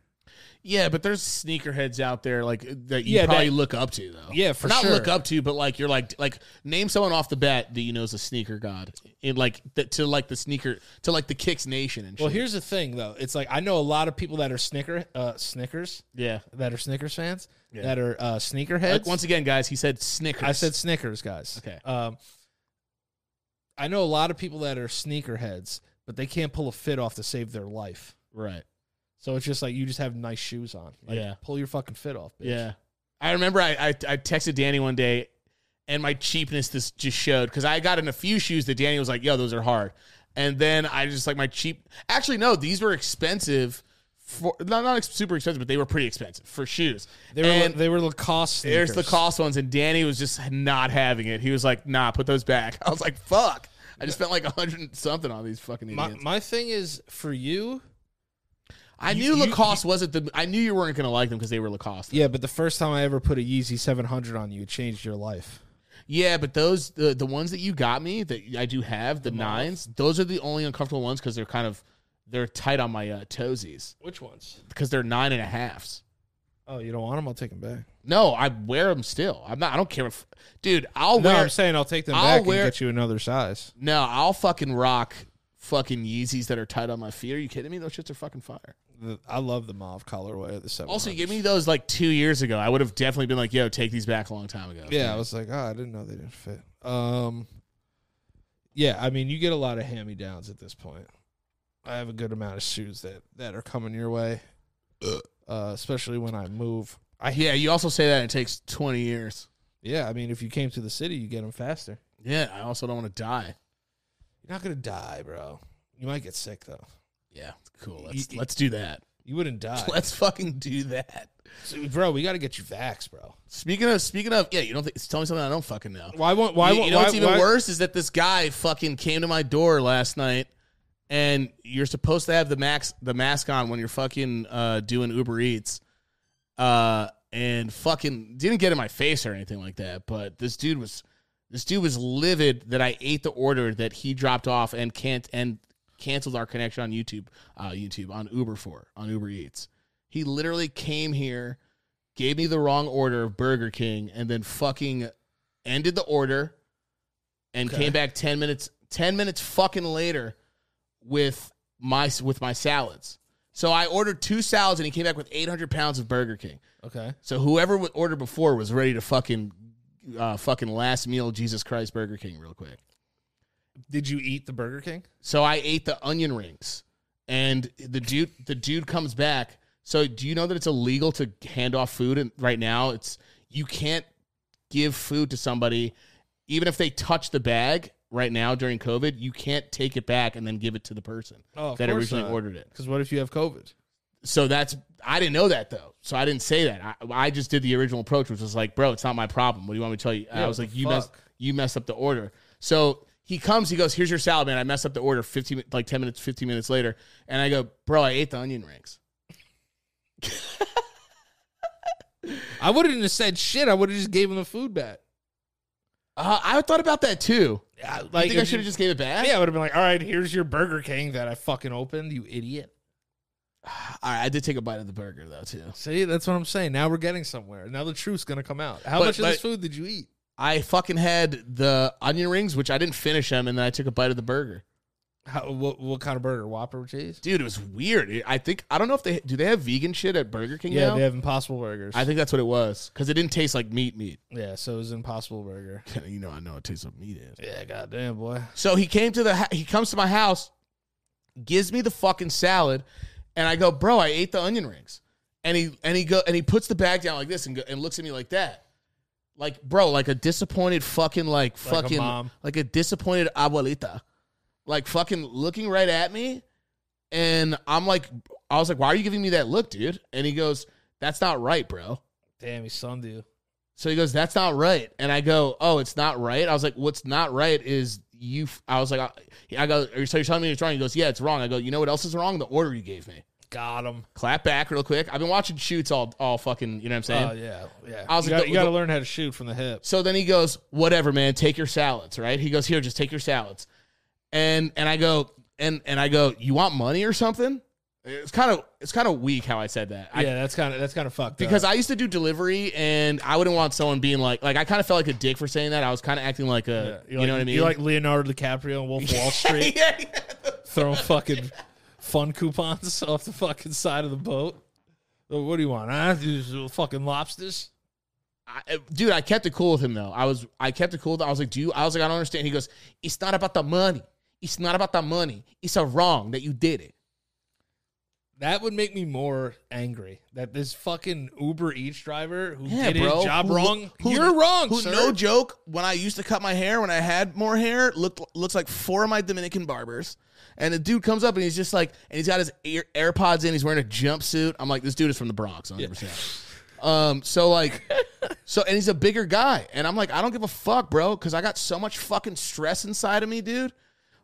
yeah, but there's sneakerheads out there like that you Yeah, probably that- look up to though. Yeah, for Not sure. look up to, but like you're like like name someone off the bat that you know is a sneaker god in like that to like the sneaker to like the Kicks Nation and shit. Well, here's the thing though. It's like I know a lot of people that are snicker uh, Snickers yeah. that are Snickers fans Yeah. that are uh, sneakerheads. Like, once again, guys, he said Snickers. I said Snickers, guys. Okay. Um, I know a lot of people that are sneakerheads, but they can't pull a fit off to save their life. right. So it's just like you just have nice shoes on. Like, Yeah. Pull your fucking fit off, bitch. Yeah. I remember I, I, I texted Danny one day and my cheapness this just showed because I got in a few shoes that Danny was like, yo, those are hard. And then I just like my cheap. Actually, no, these were expensive. For, not, not ex- super expensive, but they were pretty expensive for shoes. They were and they were Lacoste. Sneakers. there's the cost ones, and Danny was just not having it. He was like, nah, put those back. I was like, fuck. I just spent like a hundred and something on these fucking My idiots. my thing is for you. I you- knew you- Lacoste wasn't the. I knew you weren't gonna like them because they were Lacoste. Yeah, but the first time I ever put a Yeezy 700 on you, it changed your life. Yeah, but those the the ones that you got me that I do have the nines. Those are the only uncomfortable ones because they're kind of they're tight on my uh, toesies Which ones? because they're nine and a halfs. Oh, you don't want them? I'll take them back. No, I wear them still. I'm not. I don't care if, dude. I'll No, wear I'm saying I'll take them I'll back wear- and get you another size. no. I'll fucking rock fucking Yeezys that are tight on my feet. Are you kidding me? Those shits are fucking fire. The- I love the mauve colorway of the 700. Also, you gave me those like two years ago. I would have definitely been like, yo, take these back a long time ago. Yeah, I was like, oh, I didn't know they didn't fit. Um, yeah, I mean, you get a lot of hand me downs at this point. I have a good amount of shoes that that are coming your way, uh, especially when I move. I yeah. You also say that it takes twenty years. yeah, I mean, if you came to the city, you get them faster. Yeah. I also don't want to die. You're not gonna die, bro. You might get sick though. Yeah. Cool. Let's let's do that. You wouldn't die, Let's fucking do that. bro. We got to get you vax, bro. Speaking of speaking of yeah, you don't think, tell me something I don't fucking know. Why won't? Why you, won't? you know why, what's even why- worse is that this guy fucking came to my door last night, and you're supposed to have the max the mask on when you're fucking uh, doing Uber Eats, uh, and fucking didn't get in my face or anything like that. But this dude was this dude was livid that I ate the order that he dropped off and can't and canceled our connection on YouTube, uh, YouTube on Uber for on Uber Eats. He literally came here, gave me the wrong order of Burger King, and then fucking ended the order and came back 10 minutes 10 minutes fucking later with my with my salads. So I ordered two salads and he came back with 800 pounds of Burger King. Okay. So whoever would order before was ready to fucking uh, fucking last meal Jesus Christ Burger King real quick. Did you eat the Burger King? So I ate the onion rings, and the dude the dude comes back. So do you know that it's illegal to hand off food? And right now, it's you can't give food to somebody, even if they touch the bag. Right now, during COVID, you can't take it back and then give it to the person Oh, of that course originally not. ordered it. Because what if you have COVID? So that's I didn't know that though. So I didn't say that. I, I just did the original approach, which was like, bro, it's not my problem. What do you want me to tell you? Yeah, I was what like, the you messed fuck? you messed up the order. So he comes, he goes, here's your salad, man. I messed up the order. Fifteen min- like ten minutes, fifteen minutes later, and I go, bro, I ate the onion rings. I wouldn't have said shit. I would have just gave him the food back. Uh, I thought about that too. Yeah, I like think I if should you- have just gave it back. Yeah, I would have been like, all right, here's your Burger King that I fucking opened, you idiot. All right, I did take a bite of the burger though too. See, that's what I'm saying. Now we're getting somewhere. Now the truth's gonna come out. How But- much of this but- food did you eat? I fucking had the onion rings, which I didn't finish them, and then I took a bite of the burger. How, what, what kind of burger? Whopper with cheese? Dude, it was weird. I think I don't know if they do they have vegan shit at Burger King Yeah, now. they have Impossible Burgers. I think that's what it was because it didn't taste like meat. Meat. yeah, so it was Impossible Burger. You know, I know it tastes like meat. Is. Yeah, goddamn boy. So he came to the ha- he comes to my house, gives me the fucking salad, and I go, bro, I ate the onion rings, and he and he go and he puts the bag down like this and go, and looks at me like that. Like bro, like a disappointed fucking like Like a fucking like mom. a, disappointed abuelita, like fucking looking right at me, and I'm like, I was like, why are you giving me that look, dude? And he goes, that's not right, bro. Damn, he sunned you. So he goes, "That's not right." And I go, "Oh, it's not right." I was like, "What's not right is you." f- I was like, "I, I go, are you, so you're telling me it's wrong?" He goes, "Yeah, it's wrong." I go, "You know what else is wrong? The order you gave me." Got him. Oh, Clap back real quick. I've been watching shoots all all fucking. You know what I'm saying? Oh yeah, yeah. I was you, like, got, the- you got to the- learn how to shoot from the hip. So then he goes, "Whatever, man. Take your salads, right?" He goes, "Here, just take your salads." And and I go and and I go, "You want money or something?" It's kind of it's kind of weak how I said that. I yeah, that's kind of that's kind of fucked. because up. I used to do delivery and I wouldn't want someone being like like I kind of felt like a dick for saying that. I was kind of acting like a you You're like- know what I mean. You're like Leonardo DiCaprio on Wolf of Wall Street, yeah, yeah. throwing fucking fun coupons off the fucking side of the boat. Oh, What do you want? Huh? These little fucking lobsters. I, eh, dude, I kept it cool with him though. I was I kept it cool. with- I was like, do you? I was like, I don't understand. He goes, it's not about the money. It's not about the money. It's a wrong that you did it. That would make me more angry. That this fucking Uber Eats driver who Yeah, did bro. his job Who- wrong. who- You're wrong, Who, sir. no joke. When I used to cut my hair, when I had more hair, looked looks like four of my Dominican barbers. And the dude comes up and he's just like, and he's got his ear, AirPods in. He's wearing a jumpsuit. I'm like, this dude is from the Bronx, 100. percent Um, so like, so and he's a bigger guy, and I'm like, I don't give a fuck, bro, because I got so much fucking stress inside of me, dude,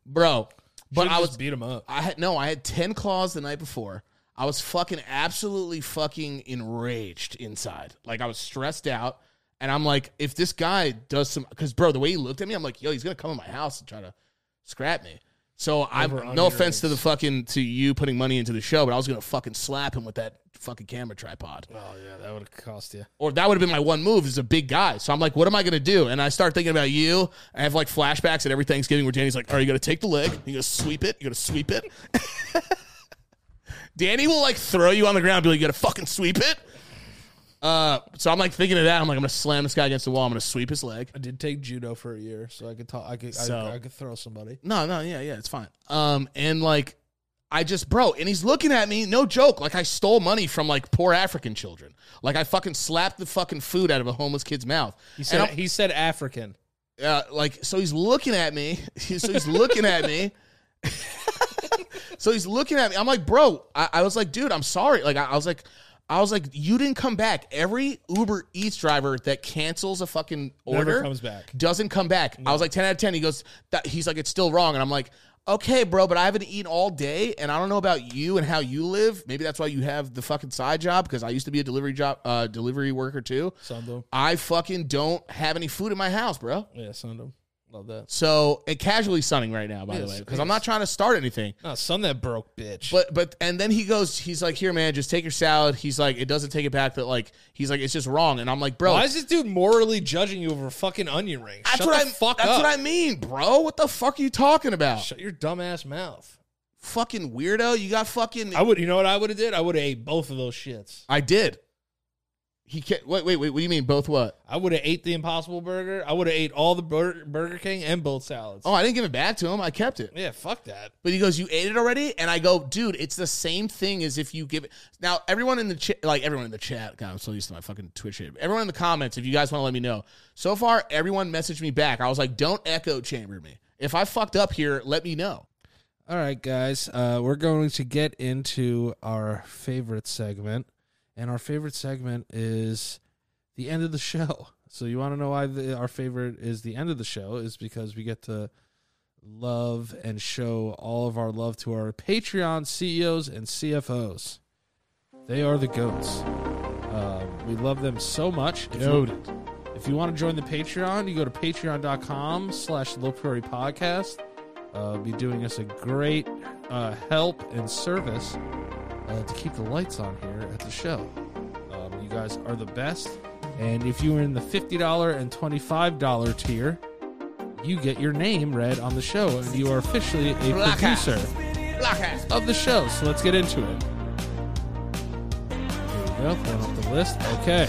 bro. But Should've I just was beat him up. I had no, I had ten claws the night before. I was fucking absolutely fucking enraged inside. Like I was stressed out, and I'm like, if this guy does some, because bro, the way he looked at me, I'm like, yo, he's gonna come in my house and try to scrap me. So I'm no onion offense to the fucking to you putting money into the show, but I was gonna fucking slap him with that fucking camera tripod Oh yeah, that would have cost you. or that would have been my one move is a big guy. So I'm like, what am I going to do? And I start thinking about you. I have like flashbacks at every Thanksgiving where Danny's like, are you going to take the leg? You going to sweep it? You going to sweep it? Danny will like throw you on the ground, and be like, you got to fucking sweep it. Uh, so I'm like thinking of that. I'm like, I'm going to slam this guy against the wall. I'm going to sweep his leg. I did take judo for a year, so I could talk. I could. So- I, I could throw somebody. No, no, yeah, yeah, it's fine. Um, and like, I just, bro, and he's looking at me, no joke, like I stole money from like poor African children. Like I fucking slapped the fucking food out of a homeless kid's mouth. He And said. I'm- He said African. uh, like so he's looking at me so he's looking at me so he's looking at me i'm like bro i, I was like dude i'm sorry like I, I was like i was like you didn't come back every uber eats driver that cancels a fucking Never order comes back. doesn't come back i was like 10 out of 10 he goes that he's like it's still wrong and i'm like okay bro but i haven't eaten all day and i don't know about you and how you live maybe that's why you have the fucking side job because i used to be a delivery job uh delivery worker too Sundom. i fucking don't have any food in my house bro Yeah, Sundom. Love that. So it casually sunning right now, by the Yes, way, because yes. I'm not trying to start anything. No, son that broke bitch. But but and then he goes, he's like, here, man, just take your salad. He's like, it doesn't take it back that like he's like, it's just wrong. And I'm like, bro, Why is this dude morally judging you over fucking onion rings? Oh. that's Shut what the I fuck that's up. what I mean, bro. What the fuck are you talking about? Shut your dumb ass mouth. fucking weirdo. You got fucking. I would. You know what I would have did? I would have ate both of those shits. I did. He can't. Wait, wait, wait. What do you mean? Both what? I would have ate the Impossible Burger. I would have ate all the Bur- Burger King and both salads. Oh, I didn't give it back to him. I kept it. yeah, fuck that. But he goes, "You ate it already," and I go, "Dude, it's the same thing as if you give it." Now, everyone in the chat, like everyone in the chat, God, I'm so used to my fucking Twitch. shit. Everyone in the comments, if you guys want to let me know. So far, everyone messaged me back. I was like, "Don't echo chamber me. If I fucked up here, let me know." All right, guys, uh, we're going to get into our favorite segment, and our favorite segment is the end of the show. So you want to know why the, our favorite is the end of the show is because we get to love and show all of our love to our Patreon CEOs and CFOs. They are the goats. Um, we love them so much. If you- if you want to join the Patreon, you go to patreon.com slash low priority podcast. Uh, be doing us a great uh, help and service uh, to keep the lights on here at the show. Um, you guys are the best. And if you are in the $50 and $25 tier, you get your name read on the show, and you are officially a Blockhouse. producer of the show. So let's get into it. Here we go, pulling up the list. Okay.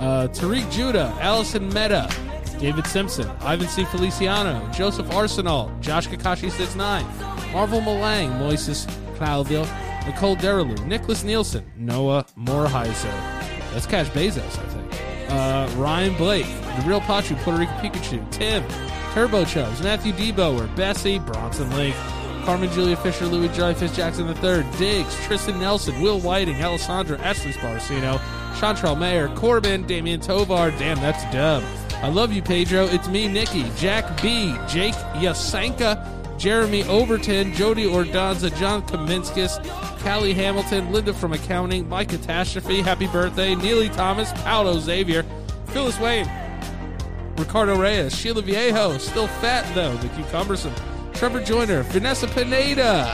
Uh, Tariq Judah, Allison Meta, David Simpson, Ivan C. Feliciano, Joseph Arsenal, Josh Kakashi 69, Marvel Malang, Moises Clauville, Nicole Derelu, Nicholas Nielsen, Noah Morheiser. That's Cash Bezos, I think. Uh, Ryan Blake, The Real Pachu, Puerto Rican Pikachu, Tim, Turbo Chubbs, Matthew Deboer, Bessie, Bronson Lake, Carmen Julia Fisher, Louis Dreyfus Jackson III, Diggs, Tristan Nelson, Will Whiting, Alessandra, Ashley Sparacino, Chantrell Mayer, Corbin, Damian Tovar. Damn, that's dub. I love you, Pedro. It's me, Nikki, Jack B, Jake Yasanka, Jeremy Overton, Jody Ordanza, John Kaminskis, Callie Hamilton, Linda from Accounting, My Catastrophe, Happy Birthday, Neely Thomas, Paolo Xavier, Phyllis Wayne, Ricardo Reyes, Sheila Viejo, still fat though, the cucumbersome, Trevor Joyner, Vanessa Pineda.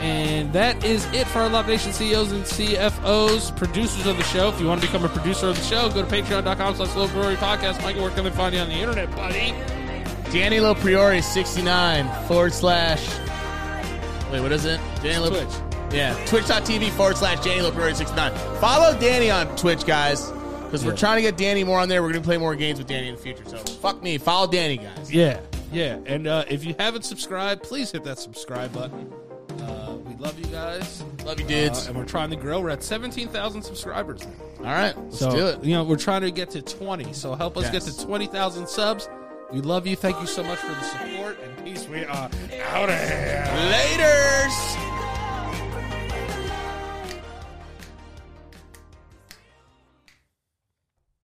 And that is it for our Love Nation CEOs and CFOs, producers of the show. If you want to become a producer of the show, go to patreon.com slash low glory podcast. Michael, where can they find you on the internet, buddy? Danny Lo Priori sixty nine forward slash. Wait, what is it? Danny Lo- Twitch. Yeah, twitch.tv forward slash Danny Lopriori 69. Follow Danny on Twitch, guys, because we're trying to get Danny more on there. We're going to play more games with Danny in the future. So fuck me. Follow Danny, guys. Yeah, yeah. And uh, if you haven't subscribed, please hit that subscribe button. Uh, we love you guys. Love you, Uh, dudes. and we're trying to grow. We're at 17,000 subscribers now. All right, let's So, do it. You know, we're trying to get to 20. So help us get Yes. to 20,000 subs. We love you. Thank you so much for the support and peace. We are out of here. Laters.